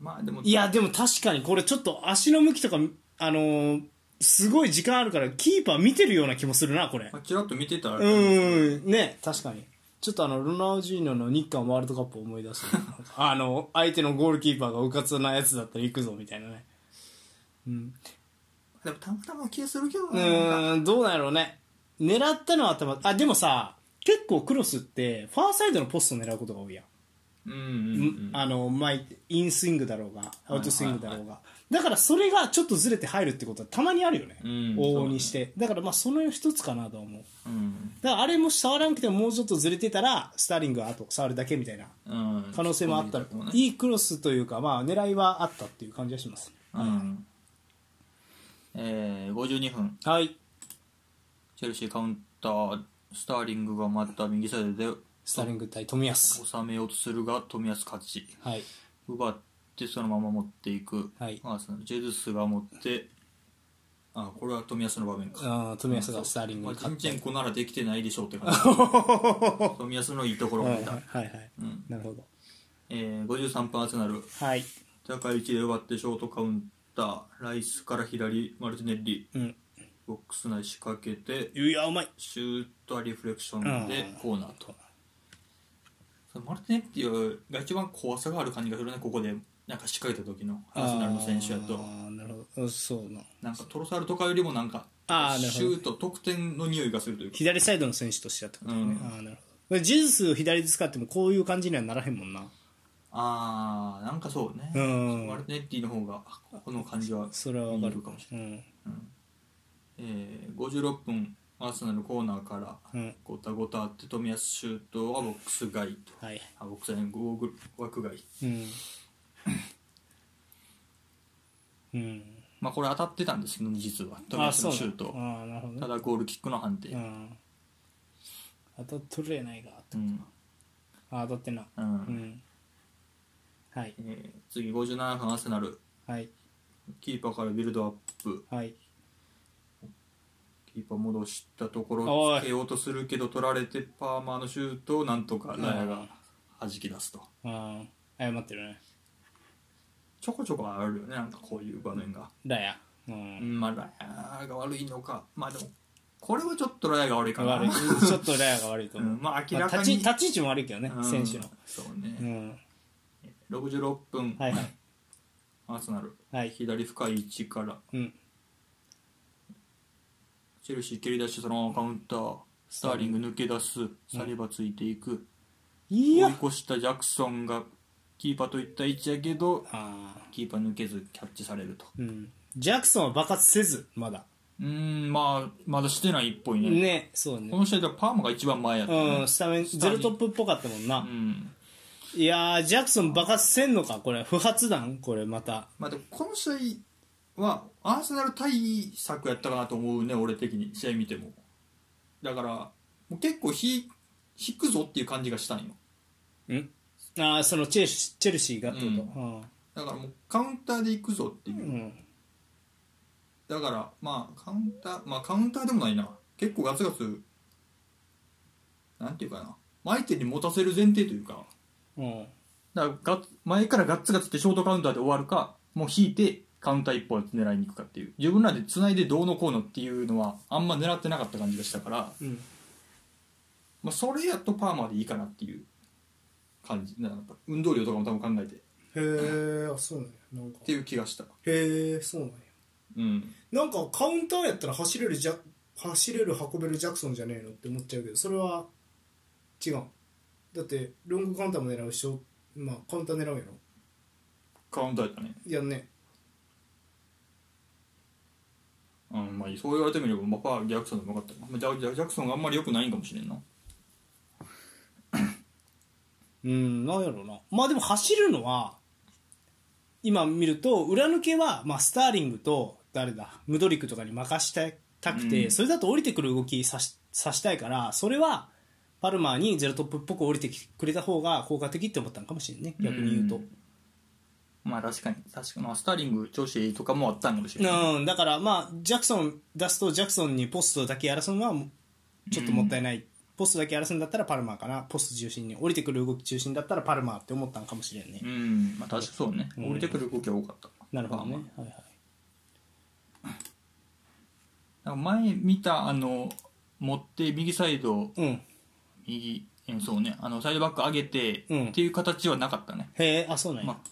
S2: まあでも、
S1: いやでも確かにこれちょっと足の向きとかあのーすごい時間あるからキーパー見てるような気もするなこれ
S2: まあ、ちらっと見てたら、
S1: うんね確かにちょっとあのロナウジーノの日韓ワールドカップを思い出す あの相手のゴールキーパーがうかつなやつだったら行くぞみたいなねうん
S2: でもたまたま気がするけど
S1: う
S2: ななんか
S1: ーんどうなんやろうね狙ったのは頭あでもさ結構クロスってファーサイドのポストを狙うことが多いやん
S2: うんうん
S1: あの前インスイングだろうがアウトスイングだろうが、だからそれがちょっとずれて入るってことはたまにあるよね、
S2: うん
S1: 往々にしてだからまあその一つかなとは思う
S2: うん、
S1: だからあれもし触らなくてももうちょっとずれてたらスターリングはあと触るだけみたいな
S2: うん、
S1: 可能性もあったら、
S2: もね
S1: いいクロスというかまあ狙いはあったっていう感じはします
S2: うんえー、52分
S1: はい
S2: チェルシーカウンタースターリングがまた右サイドで
S1: スターリング対冨安
S2: 収めようとするが冨安勝ち
S1: はい
S2: 奪ってそのまま持っていく、
S1: はい
S2: アーセナルジェズスが持ってあこれは冨安の場面か
S1: あー冨安がスターリング
S2: まあ
S1: に
S2: ジ
S1: 勝
S2: ン
S1: っ
S2: チ
S1: て
S2: ェンコならできてないでしょうって感 じ冨安のいいところ
S1: はい
S2: を
S1: は
S2: 見
S1: い
S2: た、
S1: はいはい
S2: うん
S1: なるほど
S2: えー、53分アーセナル
S1: はい
S2: 高い位置で奪ってショートカウンターライスから左マルティネッリ
S1: うん
S2: ボックス内仕掛けて
S1: いやうまい
S2: シュートはリフレクショ
S1: うん
S2: ンでコーナーと、マルティネッリが一番怖さがある感じがするねここでなんか仕掛けた時のアーセナルの選手やと
S1: ああなるほどうんそうな
S2: なんかトロサルとかよりもなんか
S1: あーなるほ
S2: シ
S1: ど
S2: ュート得点の匂いがするというか
S1: 左サイドの選手としてやってことだね、
S2: うん
S1: ああなるほどジュースを左で使ってもこういう感じにはならへんもんな
S2: あーなんかそうね、
S1: うん
S2: マルティネッリの方がこの感じは
S1: それはわかる
S2: かもしれない
S1: うん
S2: えー、56分アーセナルコーナーから
S1: うん
S2: ゴタゴタあって冨安シュートはボックス外と
S1: はい
S2: あボックス外のゴーグ枠外
S1: うんうん
S2: まあこれ当たってたんですけど実は冨
S1: あ
S2: 安
S1: そう
S2: の
S1: な
S2: シュート
S1: ああなるほどね
S2: ただゴールキックの判定
S1: うん当たっとるやないか
S2: うん、
S1: あ当たってんな
S2: う
S1: うんんはい
S2: えー、次57分アーセナル
S1: はい
S2: キーパーからビルドアップ
S1: はい
S2: キーパー戻したとこ
S1: お
S2: ろ
S1: い
S2: つけようとするけど取られてパーマーのシュートをなんとかラヤが弾き出すと
S1: あ謝ってるね
S2: ちょこちょこあるよねなんかこういう場面が。
S1: だやう
S2: うんんまあ、ラヤが悪いのか、まあでも、これはちょっとラヤが悪いかな。
S1: 悪いちょっとラヤが悪いと
S2: う
S1: 思う、
S2: ん、まあ、明
S1: ま
S2: ら
S1: あ、
S2: か
S1: 立ち
S2: に。
S1: 立ち位置も悪いけどね、
S2: うん
S1: 選手の
S2: そうね。
S1: うん
S2: 66分、
S1: はいはい
S2: アーセナル、
S1: はい
S2: 左深い位置から、
S1: うん
S2: チェルシー蹴り出して、そのままカウンター、スターリング抜け出す、サリバついていく、
S1: い
S2: 追い越したジャクソンが、キーパーといった位置やけど、
S1: ああ
S2: キーパー抜けずキャッチされると。
S1: うんジャクソンは爆発せずまだ
S2: うん、まあ、まだしてないっぽいね。
S1: ねそうね
S2: この試合ではパーマが一番前やったね、
S1: うんスタメンゼロトップっぽかったもんな、
S2: うん
S1: いやージャクソン爆発せんのかこれ不発弾これまた
S2: まあ、でもこの試合はアーセナル対策やったかなと思うね俺的に試合見てもだからもう結構ひ引くぞっていう感じがしたんよ
S1: うんああそのチェルシチェルシーがってこと
S2: だからもうカウンターで行くぞっていう、
S1: うん、うん
S2: だからまあカウンターまあカウンターでもないな結構ガツガツなんていうかな相手に持たせる前提というか
S1: うん、
S2: だからガッツ前からガッツガツってショートカウンターで終わるかもう引いてカウンター一本狙いに行くかっていう自分らで繋いでどうのこうのっていうのはあんま狙ってなかった感じがしたから、
S1: うん、
S2: まあ、それやとパーマでいいかなっていう感じなんか運動量とかも多分考えてっ
S3: へえあそうなんやなんか
S2: ていう気がした
S3: へえそうなんや
S2: うん
S3: なんかカウンターやったら走れるジャ走れる運べるジャクソンじゃねえのって思っちゃうけどそれは違うだってロングカウンターも狙うしょまあカウンター狙うやろ
S2: カウンターやったね
S3: やんね
S2: うんまあそう言われてみれば、まあ、パージャクソンでもよかったなまあジャジャジャクソンがあんまり良くないんかもしれんな
S1: うん、なんやろうな。まあでも走るのは、今見ると、裏抜けは、まあスターリングと、誰だ、ムドリックとかに任したたくて、
S2: うん
S1: それだと降りてくる動きさしさしたいから、それは、パルマーにゼロトップっぽく降りてきてくれた方が効果的って思ったのかもしれんね、逆に言うと。
S2: んまあ確かに確かに、まあ、スターリング調子とかもあったんかもしれない、
S1: うん、だからまあ、ジャクソン出すと、ジャクソンにポストだけやらすのは、ちょっともったいない。ポストだけやらすんだったらパルマーかな。ポスト中心に、降りてくる動き中心だったらパルマーって思ったのかもしれんね。
S2: うんまあ確かそうね、
S1: ん
S2: 降りてくる動きは多かった
S1: なるほどね
S2: まあま。
S1: はいはい。
S2: あなんか前見たあの持って右サイド
S1: うん。
S2: 右えそうねあのサイドバック上げて、
S1: うん
S2: っていう形はなかったね、
S1: へえ、あ、そうなんや。
S2: まあ、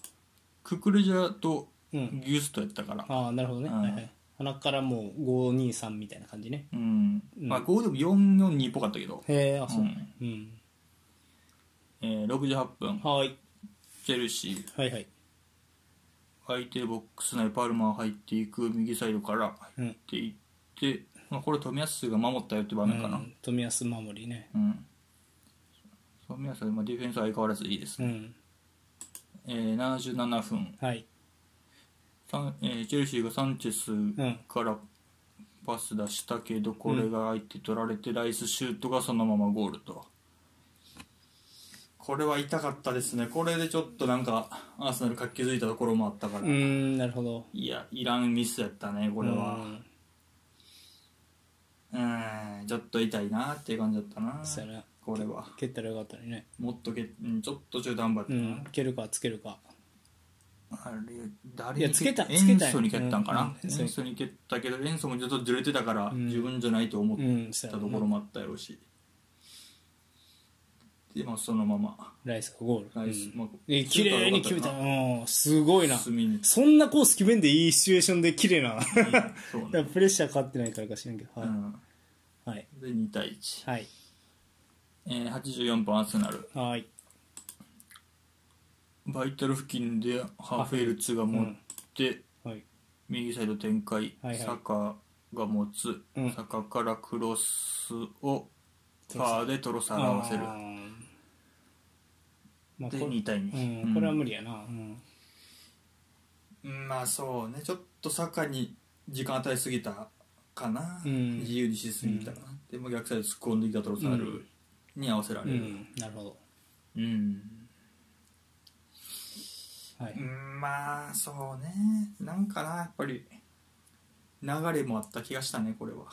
S2: ククルジャと
S1: う
S2: ギ
S1: ん
S2: ューストやったから、
S1: ああ、なるほどね。
S2: うん
S1: はいはい。鼻からもう523みたいな感じね。
S2: うん
S1: うん
S2: まあ、5でも442っぽかったけど、
S1: へえ、あ、そうう。
S2: ん
S1: うん。
S2: えー、68分
S1: はーい。
S2: チェルシー
S1: はいはい。
S2: 相手ボックス内パルマー入っていく右サイドから入っていって、まあ、これ冨安が守ったよって場面かな
S1: うん冨安守りね。
S2: うん冨安はまあディフェンスは相変わらずいいです
S1: う
S2: ね、
S1: ん。
S2: えー、77分
S1: はい。
S2: サンえーチェルシーがサンチェスからパス出したけど、これが相手取られてライスシュートがそのままゴールとこれは痛かったですねこれでちょっとなんかアーセナル活気づいたところもあったから、
S1: うーん、なるほど。
S2: いやいらんミスやったねこ
S1: こ
S2: れはうんちょっと痛いなっていう感じだったな
S1: そうやな。
S2: これは
S1: 蹴ったらよかったのにね。
S2: もっとけ、うん、ちょっと中途半端
S1: う
S2: だったな、
S1: ん。蹴るか、つけるか。
S2: ああれ誰
S1: いや
S2: に
S1: つけた
S2: 蹴っ
S1: つけたよ
S2: エンソに蹴ったんかな、
S1: うん
S2: エンソに蹴ったけどエンソもちょっとずれてたから、
S1: うん
S2: 自分じゃないと思っ
S1: うんそ
S2: た
S1: うや
S2: と
S1: な
S2: ころもあったやろうし、でまあそのまま
S1: ライスがゴール
S2: ライス
S1: うん
S2: まあ
S1: え綺麗に決めたうんすごいな
S2: 隅に
S1: そんなコース決めんでいいシチュエーションで綺麗な
S2: うんそう
S1: だから
S2: ね、
S1: プレッシャーかかってないからか知らんけど
S2: う
S1: はい、
S2: ん、
S1: はい
S2: で2対1、
S1: はい
S2: えー、84分アーセナル
S1: はい
S2: バイタル付近でハーフェルツが持って、
S1: はい
S2: 右サイド展開、
S1: はいはい
S2: サカが持つ、
S1: うん
S2: サカからクロスをファーでトロサーが合わせる
S1: あーまあ、
S2: で
S1: こ
S2: 2対
S1: う
S2: 2、
S1: ん、これは無理やな、うん
S2: うんまあそうねちょっとサカに時間与えすぎたかな、
S1: うん
S2: 自由にしすぎたかな、でも逆サイド突っ込んできたトロサールに合わせら
S1: う
S2: れる
S1: ん、なるほど
S2: うん、
S1: はい、
S2: うんまあそうねなんかなやっぱり流れもあった気がしたねこれは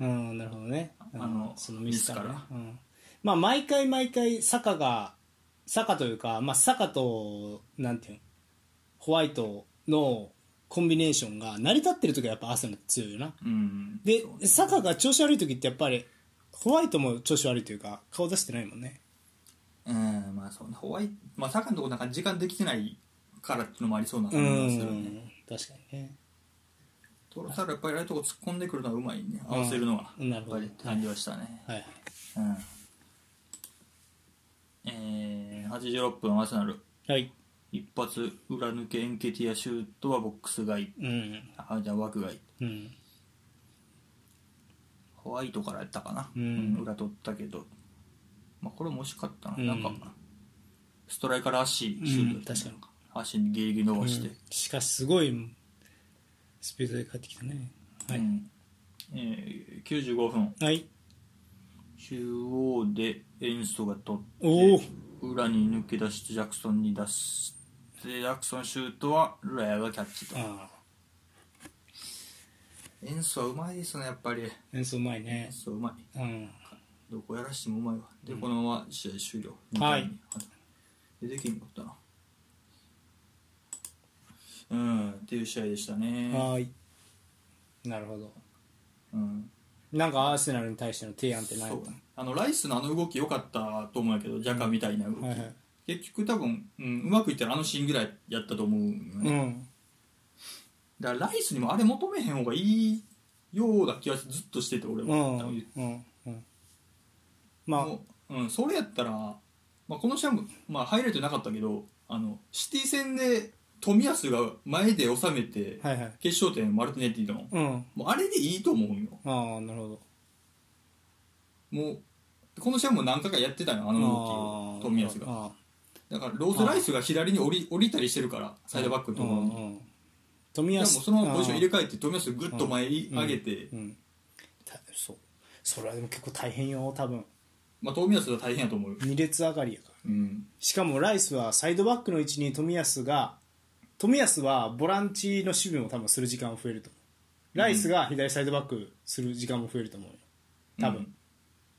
S1: うん、なるほどね。
S2: あの
S1: そのミスから,、ね
S2: ミスか
S1: うん。まあ、毎回毎回、坂が、坂というか、まあ、坂と、なんていうの、ホワイトのコンビネーションが成り立ってる時はやっぱアーセナル強いよな。
S2: うん
S1: で
S2: そう、ね
S1: 坂が調子悪い時ってやっぱり、ホワイトも調子悪いというか、顔出してないもんね。
S2: うんまあそうねホワイト、まあ、サッカーのとこなんか時間できてないからっていうのもありそうな
S1: う
S2: 感じがするね
S1: ん、確かにね。
S2: トロサールやっぱりああいうとこ突っ込んでくるのはうまいね合わせるのは、
S1: うんなるほど
S2: やっぱり感じはしたね、
S1: はい。
S2: うんえー、86分アーセナル
S1: はい。
S2: 一発裏抜けエンケティアシュートはボックス外
S1: うん。
S2: あじゃあ枠外
S1: うん。
S2: ホワイトからやったかな、
S1: うん
S2: 裏取ったけど、まあ、これも惜しかったな,、
S1: うん
S2: なんかストライカーらしいシュートやったね
S1: うん確
S2: 足にギリギリ伸ばして、
S1: うんしかし、すごい、スピードで帰ってきたね。はい。
S2: うんえー、95分
S1: はい。
S2: 中央でエンソが取
S1: おお
S2: って裏に抜け出してジャクソンに出してジャクソンシュートはルラヤがキャッチと
S1: ああ。
S2: エンソはうまいですねやっぱりエ
S1: 演奏うまいね
S2: ン。ソうまい
S1: うん。
S2: どこやらしてもうまいわで、このまま試合終了
S1: はい
S2: 2対2でできんかったなうんっていう試合でしたね、
S1: はーい。なるほど。
S2: うん、
S1: なんかアーセナルに対しての提案ってない
S2: そうあのライスのあの動き良かったと思うんやけどジャカみたいな動き、
S1: はいはい。
S2: 結局多分、うん、うまくいったらあのシーンぐらいやったと思うんよね、
S1: うん。
S2: だからライスにもあれ求めへん方がいいような気がずっとしてて俺
S1: う
S2: は、
S1: ん。うん。うん。まあ、
S2: もううん、それやったら、まあ、この試合も、まあ、ハイライトなかったけどあのシティ戦で冨安が前で収めて、
S1: はいはい。
S2: 決勝点マルティネッティの、
S1: うん。
S2: もうあれでいいと思うよ
S1: ああ、なるほど。
S2: もうこの試合も何回かやってたよあの動きを冨安が
S1: ああ
S2: だからローズ・ライスが左に降り降りたりしてるからサイドバックのところに、
S1: うんうん富
S2: でも
S1: 安
S2: そのままポジション入
S1: れ
S2: れ替えて冨安グッと前に上げて、
S1: うん。たそう。それはでも結構大変よ、多分。
S2: まあ、冨安は大変やと思うよ、
S1: 二列上がりやから。
S2: うん
S1: しかもライスはサイドバックの位置に冨安が冨安はボランチの守備も多分する時間も増えると思うライスが左サイドバックする時間も増えると思うよ多分、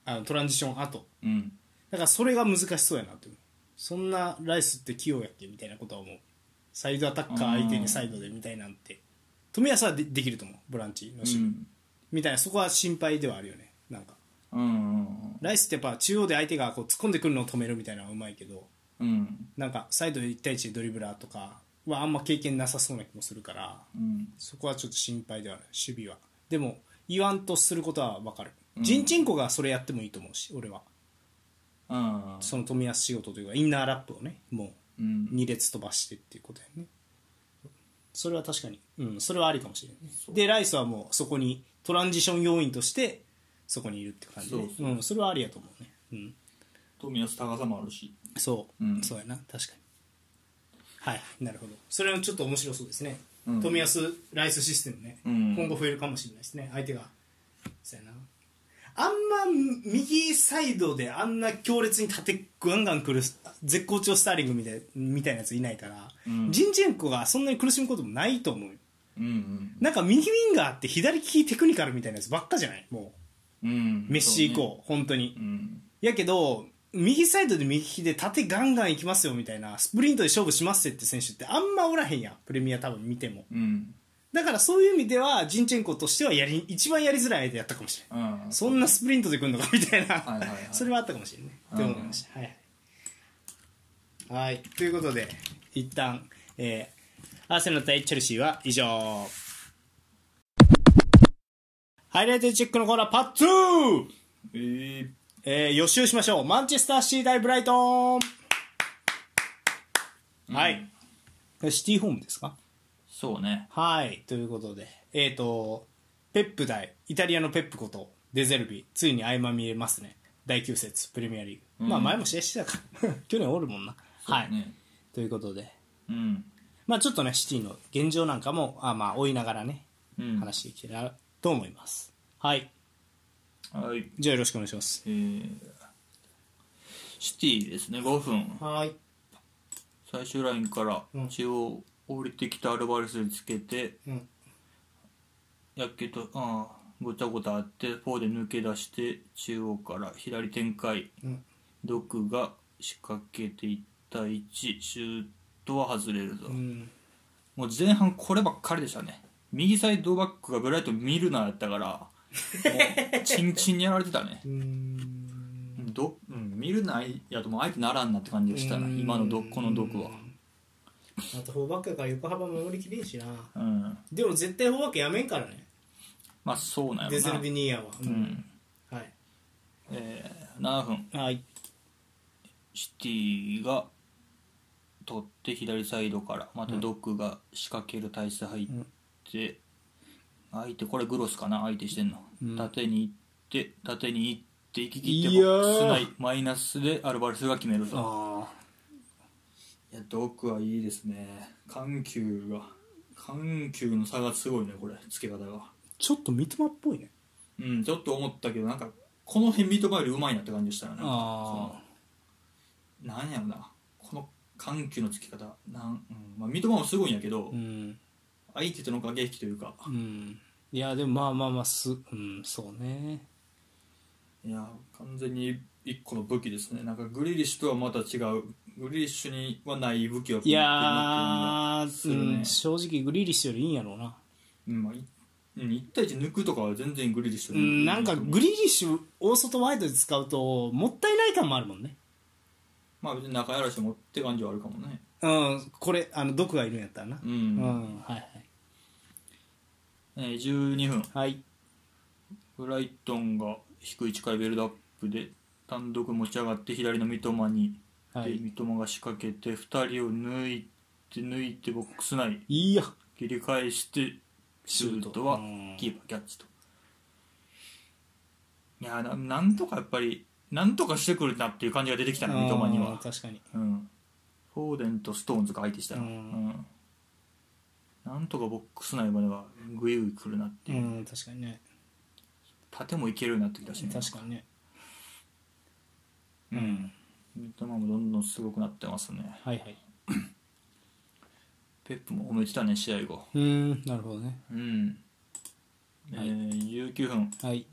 S1: あのトランジション後
S2: うん、
S1: だからそれが難しそうやなって思うそんなライスって器用やっけみたいなことは思うサイドアタッカー相手にサイドでみたいなんて冨安はでできると思うボランチの守備、みたいなそこは心配ではあるよねなんか
S2: うんうん
S1: ライスってやっぱ中央で相手がこう突っ込んでくるのを止めるみたいなのはうまいけど
S2: うん
S1: なんかサイドで1対1でドリブラーとかはあんま経験なさそうな気もするから
S2: うん
S1: そこはちょっと心配ではある守備はでも言わんとすることは分かる、
S2: うん
S1: ジンチェンコがそれやってもいいと思うし俺は
S2: うん
S1: その冨安仕事というかインナーラップをねも
S2: う
S1: うん2列飛ばしてっていうことやねそれは確かに、うん、それはありかもしれないねでライスはもうそこにトランジション要員としてそこにいるって感じで、
S2: そうそう
S1: うん、それはありやと思うね、うん、
S2: 冨安高さもあるし
S1: そう、
S2: うん
S1: そうやな確かにはいなるほどそれはちょっと面白そうですね、
S2: うん
S1: 冨安ライスシステムね、
S2: うん
S1: 今後増えるかもしれないですね相手がそうやなあんま右サイドであんな強烈に縦ガンガン来る絶好調スターリングみたいみたいなやついないから、
S2: うん
S1: ジンジェンコがそんなに苦しむこともないと思うよ
S2: うん
S1: なんか右ウィンガーって左利きテクニカルみたいなやつばっかじゃないも
S2: うん
S1: うメッシ以降、本当に、
S2: うん
S1: やけど右サイドで右利きで縦ガンガンいきますよみたいなスプリントで勝負しますって選手ってあんまおらへんやんプレミア多分見ても
S2: うん
S1: だからそういう意味ではジンチェンコとしてはやり一番やりづらい相手やったかもしれない
S2: うん
S1: そんなスプリントで来るのかみたいな、
S2: いはいはい
S1: それはあったかもしれないねって思いました、はいはい、はいということで一旦、えー、アーセナル対チェルシーは以上ハイライトチェックのコーナーパッツー、
S2: えー、
S1: えー予習しましょうマンチェスターシー対ブライトン、はいシティホームですか
S2: そうね
S1: はい、ということで、えっ、と、ペップ大、イタリアのペップこと、デゼルビ、ついに合間見えますね。第9節、プレミアリーグ。
S2: うん
S1: まあ、前も試合してたから、 去年おるもんな。
S2: そう
S1: はい。
S2: ね
S1: ということで、
S2: うん
S1: まあ、ちょっとね、シティの現状なんかも、あまあ、追いながらね、
S2: うん
S1: 話していきたいなと思います。はい。
S2: はい
S1: じゃあ、よろしくお願いします。
S2: えー、シティですね5分
S1: はい。
S2: 最終ラインから
S3: うん
S2: 中央降りてきたアルバレスにつけて
S3: うん
S2: やけどああごちゃごちゃあってフォーで抜け出して中央から左展開
S3: うん
S2: ドクが仕掛けていった1シュートは外れるぞ、
S3: うん
S2: もう前半こればっかりでしたね右サイドバックがブライトン見るなやったからもうチンチンにやられてたね
S3: うん
S2: ど、うん、見るなやともう相手ならんなって感じでした
S3: う
S2: ね
S3: ん
S2: 今のどこのドクは
S3: あとフォーバックやから横幅守りきれんしな
S2: うん
S3: でも絶対フォーバックやめんからね
S2: まあそうなん
S3: デ
S2: や
S3: ゼ
S2: ろ
S3: ル
S2: な
S3: ビニーヤは、う
S2: うんん
S3: はい
S2: えー、7分
S1: はい。
S2: シティが取って左サイドからまたドックが仕掛ける体勢入って、相手これグロスかな相手してんの、
S1: うん
S2: 縦に行って縦に行って行き切
S1: い
S2: って
S1: や
S2: ボ
S1: ー
S2: ックス内マイナスでアルバレスが決めるぞ
S1: あ
S2: いやドックはいいですね緩急が緩急の差がすごいねこれつけ方が
S1: ちょっと三笘っぽいね。
S2: うんちょっと思ったけどなんかこの辺ミートバイルうまいなって感じでしたよね
S1: あ
S2: なんやろなこの緩急のつき方なん、うんまあ、三笘もすごいんやけど、
S1: あ。うん。
S2: 相手との駆け引きというか
S1: うん。いや、でもまあまあまあ、す、うん、そうね。
S2: いや完全に一個の武器ですねなんかグリリッシュとはまた違うグリリッシュにはない武器を持って
S1: い
S2: る
S1: や
S2: な
S1: ー、
S2: するね
S1: うん、正直グリーリッシュよりいいんやろうな、
S2: っていうのがうんまあいうん1対1抜くとかは全然グリリッシュ
S1: う
S2: より
S1: ん、なんか
S2: いいと思
S1: グリーリッシュ大外ワイドで使うともったいない感もあるもんね
S2: まあ別に仲やらしてもって感じはあるかもね
S1: うんこれあの毒がいるんやったらな
S2: うん、
S1: うん、はい
S2: えー12
S1: は
S2: 分
S1: いはい
S2: ブライトンが低い位置からビルドアップで単独持ち上がって左の三笘に、
S1: は
S2: で
S1: い
S2: 三笘が仕掛けて2人を抜いて抜いてボックス内
S1: いいや
S2: 切り返してシュートは
S1: うん
S2: キーパーキャッチといやーななんとかやっぱりなんとかしてくるなっていう感じが出てきたね三笘に
S1: あー
S2: は、
S1: 確かに
S2: うん、フォーデンとストーンズが相手したら、
S1: うん
S2: うんなんとかボックス内まではグイグイ来るなって
S1: う
S2: いう、
S1: ん確かにね
S2: 縦もいけるようになってきたし、ね、
S1: 確かにね
S2: うん三笘もどんどんすごくなってますね
S1: はいはい
S2: ペップも褒めてたね試合後
S1: うんなるほどね
S2: うん、
S1: はい
S2: えー、19分
S1: はい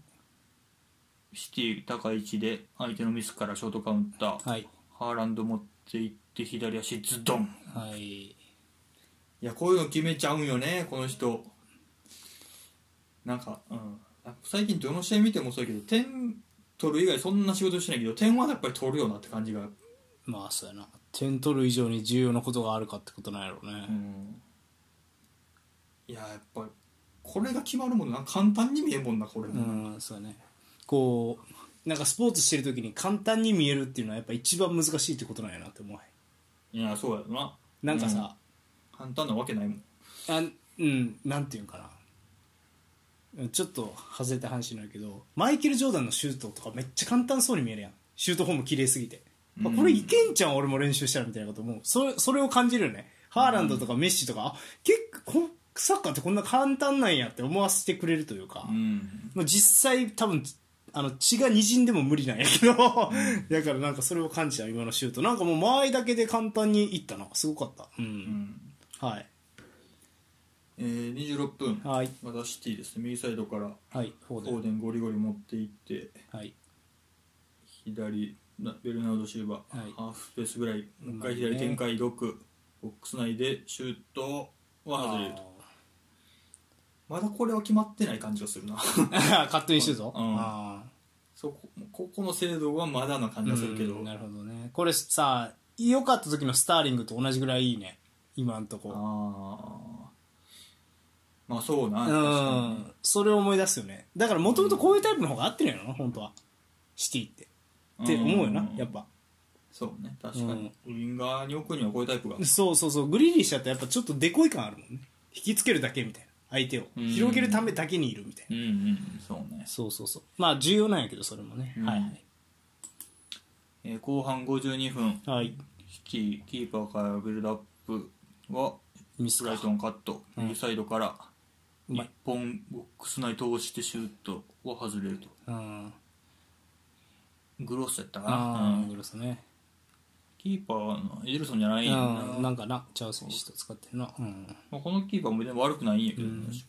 S2: シティ高い位置で相手のミスからショートカウンター、
S1: はい
S2: ハーランド持っていって左足ズドン
S1: はい
S2: いやこういうの決めちゃうんよねこの人なんか、うん、最近どの試合見てもそうやけど点取る以外そんな仕事してないけど点はやっぱり取るよなって感じが、
S1: まあそうやな点取る以上に重要なことがあるかってことなんやろう
S2: う
S1: ね、
S2: ん、いややっぱりこれが決まるもんな簡単に見えんもんなこれ、
S1: うん、そうだねこうなんかスポーツしてる時に簡単に見えるっていうのはやっぱ一番難しいってことなんやなって思う
S2: いやそうやろな
S1: なんかさ、
S2: 簡単なわけないもん
S1: あうんなんていうんかなちょっと外れた話になるけどマイケル・ジョーダンのシュートとかめっちゃ簡単そうに見えるやんシュートフォーム綺麗すぎて、あ
S2: うん
S1: これいけんじゃん俺も練習したらみたいなこともそれそれを感じるよねハーランドとかメッシとか、あ結構サッカーってこんな簡単なんやって思わせてくれるというか、
S2: うん
S1: まあ、実際多分あの血が滲んでも無理なんやけどだからなんかそれを感じた今のシュートなんかもう間合いだけで簡単にいったなすごかったうん、
S2: うん
S1: はい
S2: えー、26分、
S1: はい
S2: またシティですね右サイドから
S1: はいフォ
S2: フ
S1: ー
S2: ォ
S1: デ
S2: ーデンゴリゴリ持っていって
S1: ンはい
S2: 左なベルナード・シルバ、
S1: はい
S2: ハーフスペースぐらい、
S1: まいね
S2: もう一回左展開6、ボックス内でシュートは外れると、まだこれは決まってない感じがするな、
S1: あーカットインシュート、
S2: うん
S1: あー
S2: そこここの精度はまだな感じがするけど、
S1: うんなるほどねこれさ良かった時のスターリングと同じぐらいいいね今んとこ
S2: ああまあそうな、
S1: う
S2: 確かに
S1: んそれを思い出すよねだからもともとこういうタイプの方が合ってるんやろな本当はシティってって思うよなやっぱ
S2: そうね確かに、ウィンガーに置くにはこういうタイプが
S1: そうそうそうグリーリーしちゃったらやっぱちょっとデコイ感あるもんね引きつけるだけみたいな相手を
S2: うん
S1: 広げるためだけにいるみたいな
S2: うんうんそうね、
S1: そうそうそうまあ重要なんやけどそれもね、
S2: うん
S1: はいはい
S2: えー後半52分
S1: はい
S2: キーキーパーからビルドアップは
S1: ミス
S2: ブ
S1: か
S2: ライトンカット
S1: うん
S2: 右サイドから
S1: うまい
S2: 一本ボックス内通してシュートは外れると
S1: うん
S2: グロスやったかな
S1: あ、
S2: う
S1: あ
S2: ん
S1: グロスね
S2: キーパーのエデルソンじゃな
S1: う
S2: いんだ
S1: ん
S2: な
S1: なんかなチャウ選手と使ってるなうん
S2: まあ、このキーパーも別に悪くないんやけどね、
S1: うん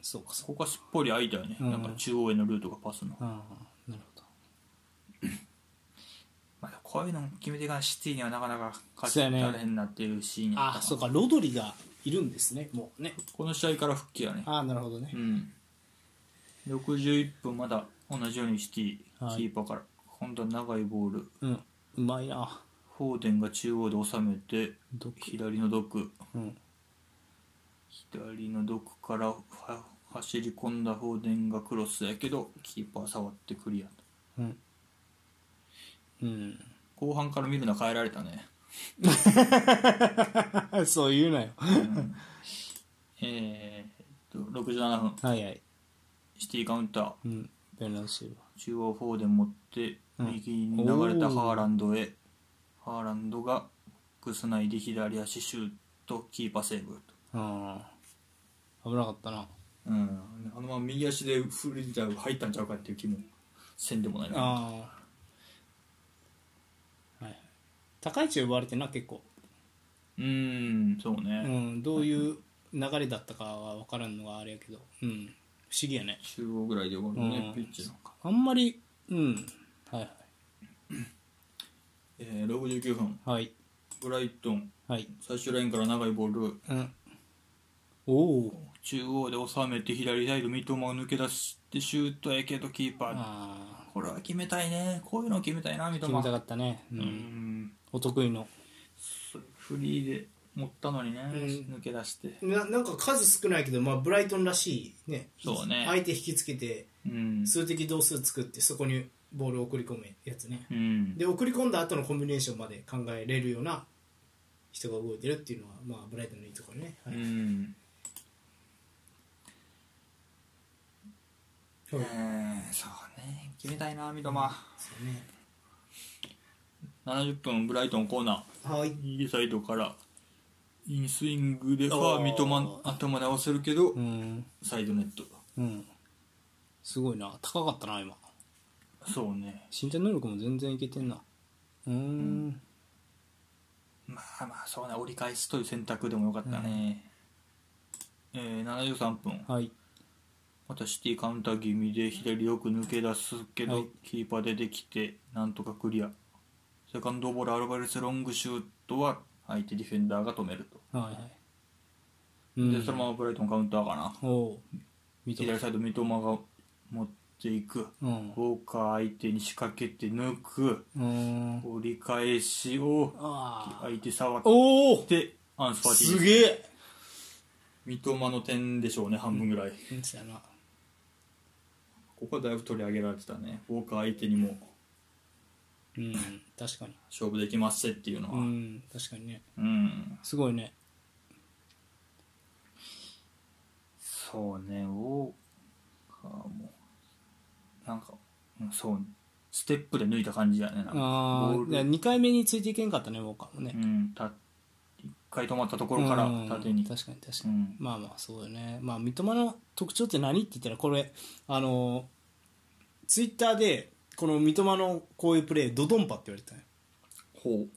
S1: そうかそう
S2: ここはすっぽり空いたよね、
S1: うん
S2: なんか中央へのルートがパスの、
S1: かああなるほど
S2: まあ、こういうのも決めていかないシティにはなかなか勝
S1: そうや
S2: ち
S1: ね
S2: られへんなっていうシーンやったな
S1: ああそうかロドリがいるんですねもうね
S2: この試合から復帰やね
S1: ああなるほどね
S2: うん61分まだ同じようにシティ、
S1: はい
S2: キーパーから今度は長いボール
S1: うんうまいな
S2: フォーデンが中央で収めて
S1: ど
S2: 左のドク
S1: うん
S2: 左のドクからは走り込んだフォーデンがクロスやけどキーパー触ってクリアと
S1: うんうん
S2: 後半から見るのは変えられたね、
S1: そう言うなよ。
S2: うん、えーっと67分
S1: はいはい。
S2: シティカウンター
S1: うん。ベルナードシル
S2: 中央フォーデン持って
S1: うん
S2: 右に流れたハーランドへ、ハーランドがボックス内で左足シュートキーパーセーブ
S1: バ。ああ。危なかったな。
S2: うんあのまま右足でフリーダー入ったんちゃうかっていう気もせんでもないな
S1: ああ。はい。高い位置を奪われてな、結構。
S2: うーんそうね、
S1: うん。どういう流れだったかは分からんのがあれやけど。うん。不思議やね。
S2: 中央ぐらいで終わるね、
S1: うん
S2: ピッチの、
S1: あんまり、うん。はいはい。
S2: えー、69分
S1: はい。
S2: ブライトン
S1: はい。
S2: 最終ラインから長いボール
S1: うん。おお。
S2: 中央で収めて左サイド三笘を抜け出してシュートやけどキーパー
S1: ああ。
S2: これは決めたいねこういうの決めたいな三
S1: 決めた
S2: 笘
S1: かったね。う。
S2: うんん
S1: お得意の。
S2: フリーで持ったのにね、
S3: ん
S2: 抜け出して
S3: ななんか数少ないけど、まあ、ブライトンらしいね
S2: そうね
S3: 相手引きつけて
S2: うん、
S3: 数的同数作ってそこにボールを送り込むやつね
S2: うん、
S3: で送り込んだ後のコンビネーションまで考えれるような人が動いてるっていうのは、まあ、ブライトンのいいところね、
S2: う
S3: はい
S2: ん、
S3: そう
S2: えーそうね決めたいな三笘
S3: ですよね
S2: 70分ブライトンコーナー
S3: はい
S2: 右サイドからインスイングでファー三笘の頭まで合わせるけど、
S1: うん。
S2: サイドネット
S1: うん。すごいな。高かったな、今。
S2: そうね
S1: 身体能力も全然いけてんなうーん
S2: まあまあそうね折り返すという選択でもよかったね、えー、73分
S1: はい
S2: またシティカウンター気味で左よく抜け出すけど、
S1: はい
S2: キーパー出てきてなんとかクリアセカンドボールアルバレスロングシュートは相手ディフェンダーが止めると、
S1: はいはい、うん、
S2: でそのままブライトンカウンターかな
S1: おお見て
S2: 左サイド三笘が持っていく
S1: うんう
S2: ウォーカー相手に仕掛けて抜く
S1: ーん
S2: 折り返しを
S1: ああ
S2: 相手触っ
S1: おお
S2: てアンスパティ
S1: すげえ
S2: 三笘の点でしょうね半分ぐらい、
S1: うんそうやな
S2: ここはだいぶ取り上げられてたねウォーカー相手にも
S1: うん確かに
S2: 勝負できますせっていう のは
S1: うん確かにね
S2: うん
S1: すごいね
S2: そうね、ウォーカーも、なんか、うんそう、ステップで抜いた感じやね、なんか
S1: ああ
S2: ボール
S1: 2回目についていけんかったね僕は
S2: う
S1: ね
S2: ん、た一回止まったところから
S1: うん
S2: 縦に。
S1: 確かに確か
S2: う
S1: に、
S2: ん、
S1: まあまあそうだねまあ三笘の特徴って何って言ったらこれあのツイッターでこの三笘のこういうプレードドンパって言われてたね
S2: ほう。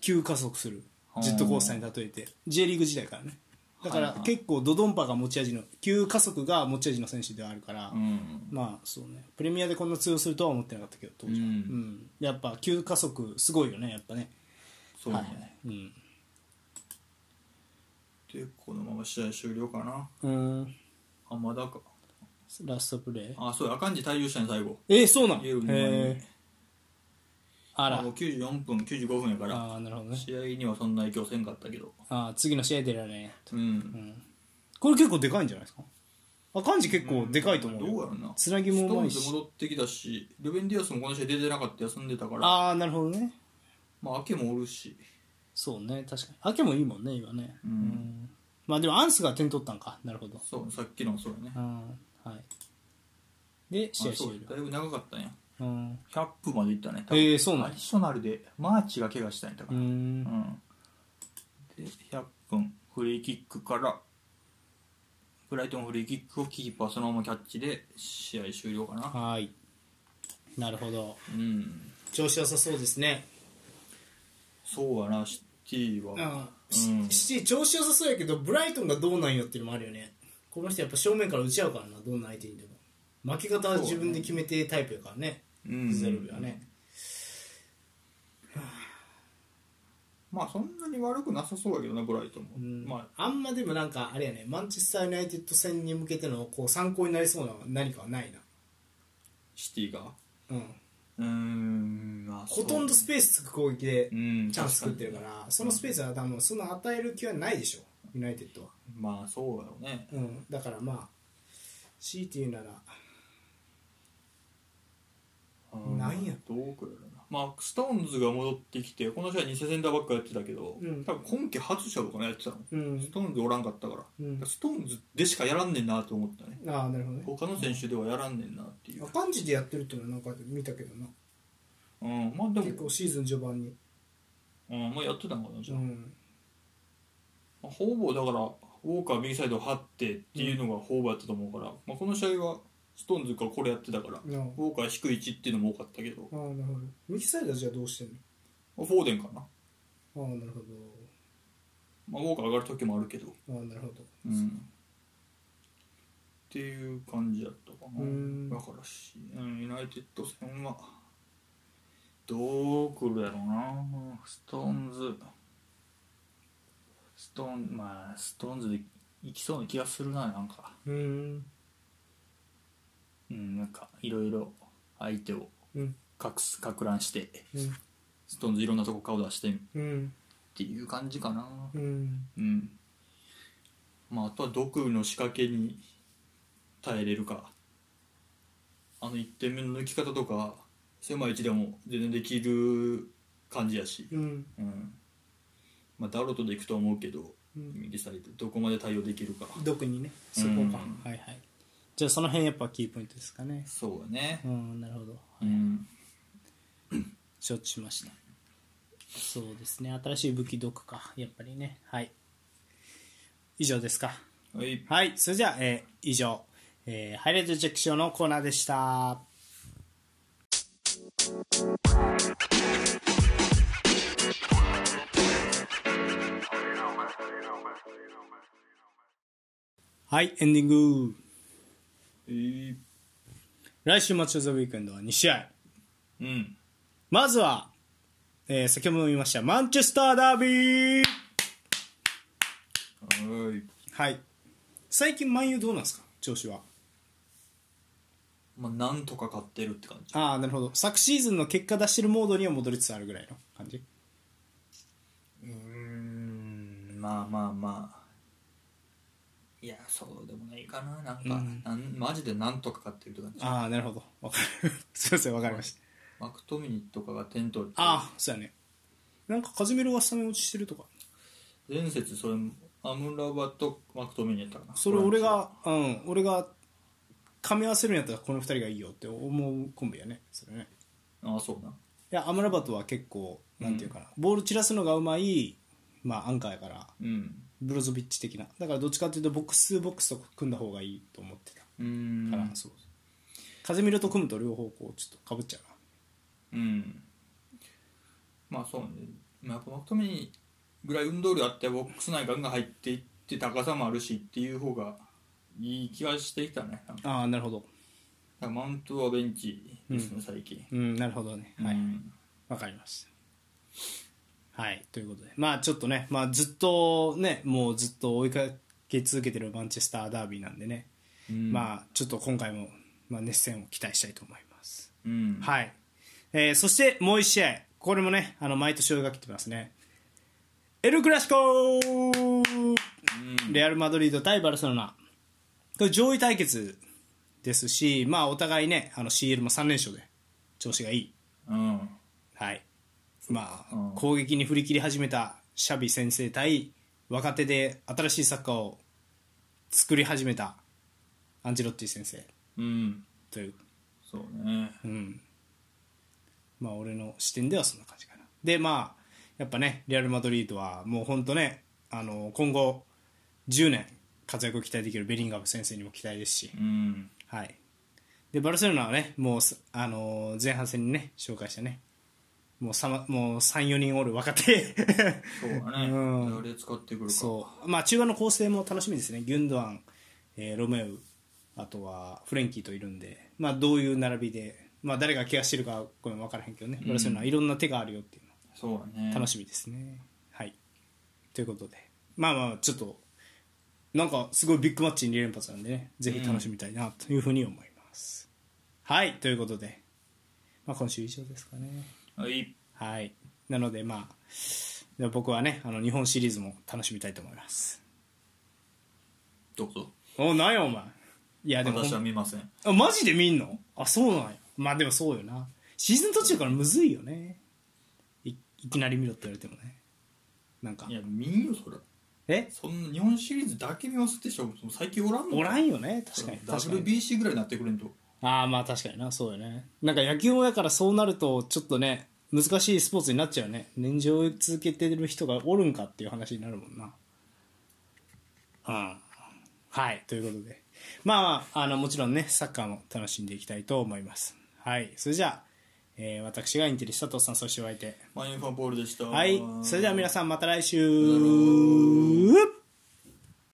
S1: 急加速するジェットコースターに例えて J リーグ時代からねだから
S2: はいはい
S1: 結構ドドンパが持ち味の急加速が持ち味の選手ではあるから、
S2: うん
S1: まあそうねプレミアでこんな通用するとは思ってなかったけど当時は、
S2: うん
S1: うんやっぱ急加速すごいよねやっぱね
S2: そう
S1: は
S2: ね、
S1: いうん
S2: でこのまま試合終了かな
S1: うん
S2: あまだか
S1: ラストプレー
S2: あそうや赤んじ退場したね最後
S1: えー、そうなん
S2: イエロー2枚
S1: へ
S2: 目
S1: ーあら
S2: もう94分95分やから
S1: ああなるほどね
S2: 試合にはそんな影響せんかったけど
S1: あー次の試合出られない
S2: うん、
S1: これ結構でかいんじゃないですか赤んじ結構でかいと思うよ、
S2: どうやろな
S1: つなぎもうまいし
S2: ストーンズ戻ってきたしルベン・ディアスもこの試合出てなかった休んでたから
S1: ああなるほどね
S2: まあ明けもおるし
S1: そうね確かに秋もいいもんね今ね
S2: うん
S1: んまあでもアンスが点取ったんかなるほど
S2: そうさっきのもそうやね
S1: うんはいで試合
S2: あそう
S1: 終
S2: だ
S1: 了
S2: いぶ長かったんや
S1: うん
S2: 100分までいったね
S1: えーそうなんや
S2: アディショナルでマーチが怪我したんやったか
S1: う
S2: ら
S1: ん
S2: うんで100分フリーキックからブライトンフリーキックをキーパーそのままキャッチで試合終了かな
S1: はいなるほど
S2: うん
S3: 調子良さそうですね
S2: そうやなシティはうん
S3: シシティ調子良さそうやけどブライトンがどうなんよっていうのもあるよねこの人やっぱ正面から打ち合うからなどんな相手にでも負け方は自分で決めてタイプやからね
S2: うん
S3: ゼルビはね
S2: まあそんなに悪くなさそうやけどなブライトンも
S3: うん
S2: まあ
S3: あんまでもなんかあれやねマンチェスター・ユナイテッド戦に向けてのこう参考になりそうな何かはないな、
S2: シティが
S3: うん、
S2: うーんまあ
S3: ほとんどスペースつく攻撃で
S2: うん
S3: チャンス作ってるからそのスペースは多分その与える気はないでしょユナイテッドは、
S2: まあそうやろうね
S3: うん、だからまあ C っていうなら
S2: うん
S3: なんや
S2: どうくらいだなまあストーンズが戻ってきてこの試合2セセンターばっかやってたけど、
S3: うん
S2: 多分今季初勝負かなやってたの
S3: うん
S2: ストーンズおらんかったから、
S3: うん
S2: ストーンズでしかやらんねんなと思ったね
S3: ああなるほどね
S2: 他の選手ではやらんねんなっていう
S3: ア、カンジでやってるっていうのはなんか見たけどな
S2: うん、まあで
S3: 結
S2: も
S3: 構、シーズン序盤に
S2: うん、まあやってたんかなじ
S3: う
S2: ゃあ、
S3: ん
S2: まあほぼだからウォーカー右サイド張ってっていうのがほぼやったと思うから、まあ、この試合はストーンズからこれやってたから、
S3: なあ
S2: ウォーカー低い位置っていうのも多かったけど
S3: ああなるほど右サイドはじゃあどうしてん
S2: まあフォーデンかな、
S3: のああなるほ
S2: まあ、ウォーカー上がる時もあるけど、
S3: どああなるほど
S2: うんっていう感じだったかな、
S3: うん
S2: だからし、うん、ユナイテッド戦はどうくるやろうなストーンズストーンまあストーンズでいきそうな気がするななんか
S3: うん
S2: うんなんかいろいろ相手を
S3: うん
S2: 隠すか乱して
S3: うん
S2: ストーンズいろんなとこ顔出してっ
S3: うん
S2: ていう感じかな
S3: うん
S2: うんまあ、あとは毒の仕掛けに耐えれるかあの1点目の抜き方とか狭い位置でも全然できる感じやし、
S3: うん
S2: うんまあ、ダロトでいくとは思うけど、
S3: うん
S2: 右サイドどこまで対応できるか
S3: 特にねそこか
S2: うん
S1: はいはいじゃあその辺やっぱキーポイントですかね
S2: そうやね
S1: うんなるほど
S2: うん
S1: 承知しましたそうですね新しい武器毒かやっぱりねはい以上ですか
S2: はい
S1: はいそれじゃあ、えー以上、えーハイライトチェックショーのコーナーでしたはいエンディング
S2: えー
S1: 来週マッチョ・ザ・ウィークエンドは2試合
S2: うん
S1: まずは、えー先ほども言いましたマンチェスターダービー
S2: はい
S1: はい最近マンユどうなんですか調子は
S2: まあなんとか勝ってるって感じ
S1: ああなるほど昨シーズンの結果出してるモードには戻りつつあるぐらいの感じ
S2: うーんまあまあまあいやそうでもないかななんか、
S1: うん
S2: なんマジでなんとか勝ってるって感じ
S1: ああなるほどわかる すいませんわかりました
S2: マクトミニとかが点取って
S1: ああそうやねなんかカズミロがスタメン落ちしてるとか
S2: 前節それアムラバとマクトミニやったかな
S1: それ俺がうん俺が噛み合わせるんやったらこの2人がいいよって思うコンビやねそれね
S2: ああそうない
S1: やアムラバトは結構なんていうかな、ボール散らすのがうまい、まあ、アンカーやから
S2: うん
S1: ブロゾビッチ的なだからどっちかというとボックスボックスと組んだ方がいいと思ってた
S2: う
S1: か
S2: ん
S1: ら、そう風見ると組むと両方こうちょっとかぶっちゃうな
S2: うんまあそうね、まあ、やっぱマクトミニぐらい運動量あってボックス内ガンガン入っていっって高さもあるしっていう方がいい気はしてきたねなんか
S1: ああなるほど
S2: マウントはベンチですね、最近
S1: うんなるほどねはい、
S2: うん
S1: わかりました。はい、ということで、まあちょっとね、まあずっとね、もうずっと追いかけ続けてるマンチェスターダービーなんでね、
S2: うん
S1: まあちょっと今回も、まあ、熱戦を期待したいと思います。
S2: うん
S1: はい。えーそしてもう一試合、これもね、あの毎年追いかけてますね。エル・クラシコ
S2: うん
S1: レアル・マドリード対バルセロナ。これ上位対決ですし、まあお互いね、あの CL も3連勝で調子がいい
S2: うん
S1: はい、まあ、
S2: うん
S1: 攻撃に振り切り始めたシャビ先生対若手で新しいサッカーを作り始めたアンジェロッティ先生
S2: うん
S1: という、
S2: そうね
S1: うん、まあ俺の視点ではそんな感じかなでまあやっぱねレアル・マドリードはもう本当ねあの今後10年活躍を期待できるベリンガム先生にも期待ですし、
S2: うん
S1: はい、でバルセロナはねもうす、あのー前半戦にね紹介したねもうさまもう34人おる若手
S2: そうだね
S1: うん
S2: 誰使ってくるか
S1: そう、まあ、中盤の構成も楽しみですねギュンドアン、えーロメウあとはフレンキーといるんで、まあ、どういう並びで、まあ、誰が怪我してるかごめん分からへんけどね、バルセロナはいろんな手があるよっていうの
S2: そうだね
S1: 楽しみですね。はい、ということでまあまあちょっとなんかすごいビッグマッチ2連発なんでねぜひ楽しみたいなというふうに思います。はいということで、まあ、今週以上ですかね。
S2: はい
S1: はいなのでまあでは僕はねあの日本シリーズも楽しみたいと思います。
S2: どうぞ
S1: おなんやお前いやでも
S2: 私は見ません
S1: あマジで見んのあそうなんやまあでもそうよなシーズン途中からむずいよねいいきなり見ろって言われてもねなんか
S2: いや見んよそれ
S1: え
S2: そんな日本シリーズだけ見ますってしょもう最近おらんの
S1: おらんよね確かに確かに
S2: WBC ぐらいになってくれんと
S1: ああまあ確かになそうよねなんか野球もやからそうなるとちょっとね難しいスポーツになっちゃうよね年中追い続けてる人がおるんかっていう話になるもんなうんはいということでまあまああのもちろんねサッカーも楽しんでいきたいと思いますはいそれじゃあ、えー私がインテリ佐藤さんそしてお相手
S2: マインファンボールでした
S1: はいそれでは皆さんまた来週
S2: う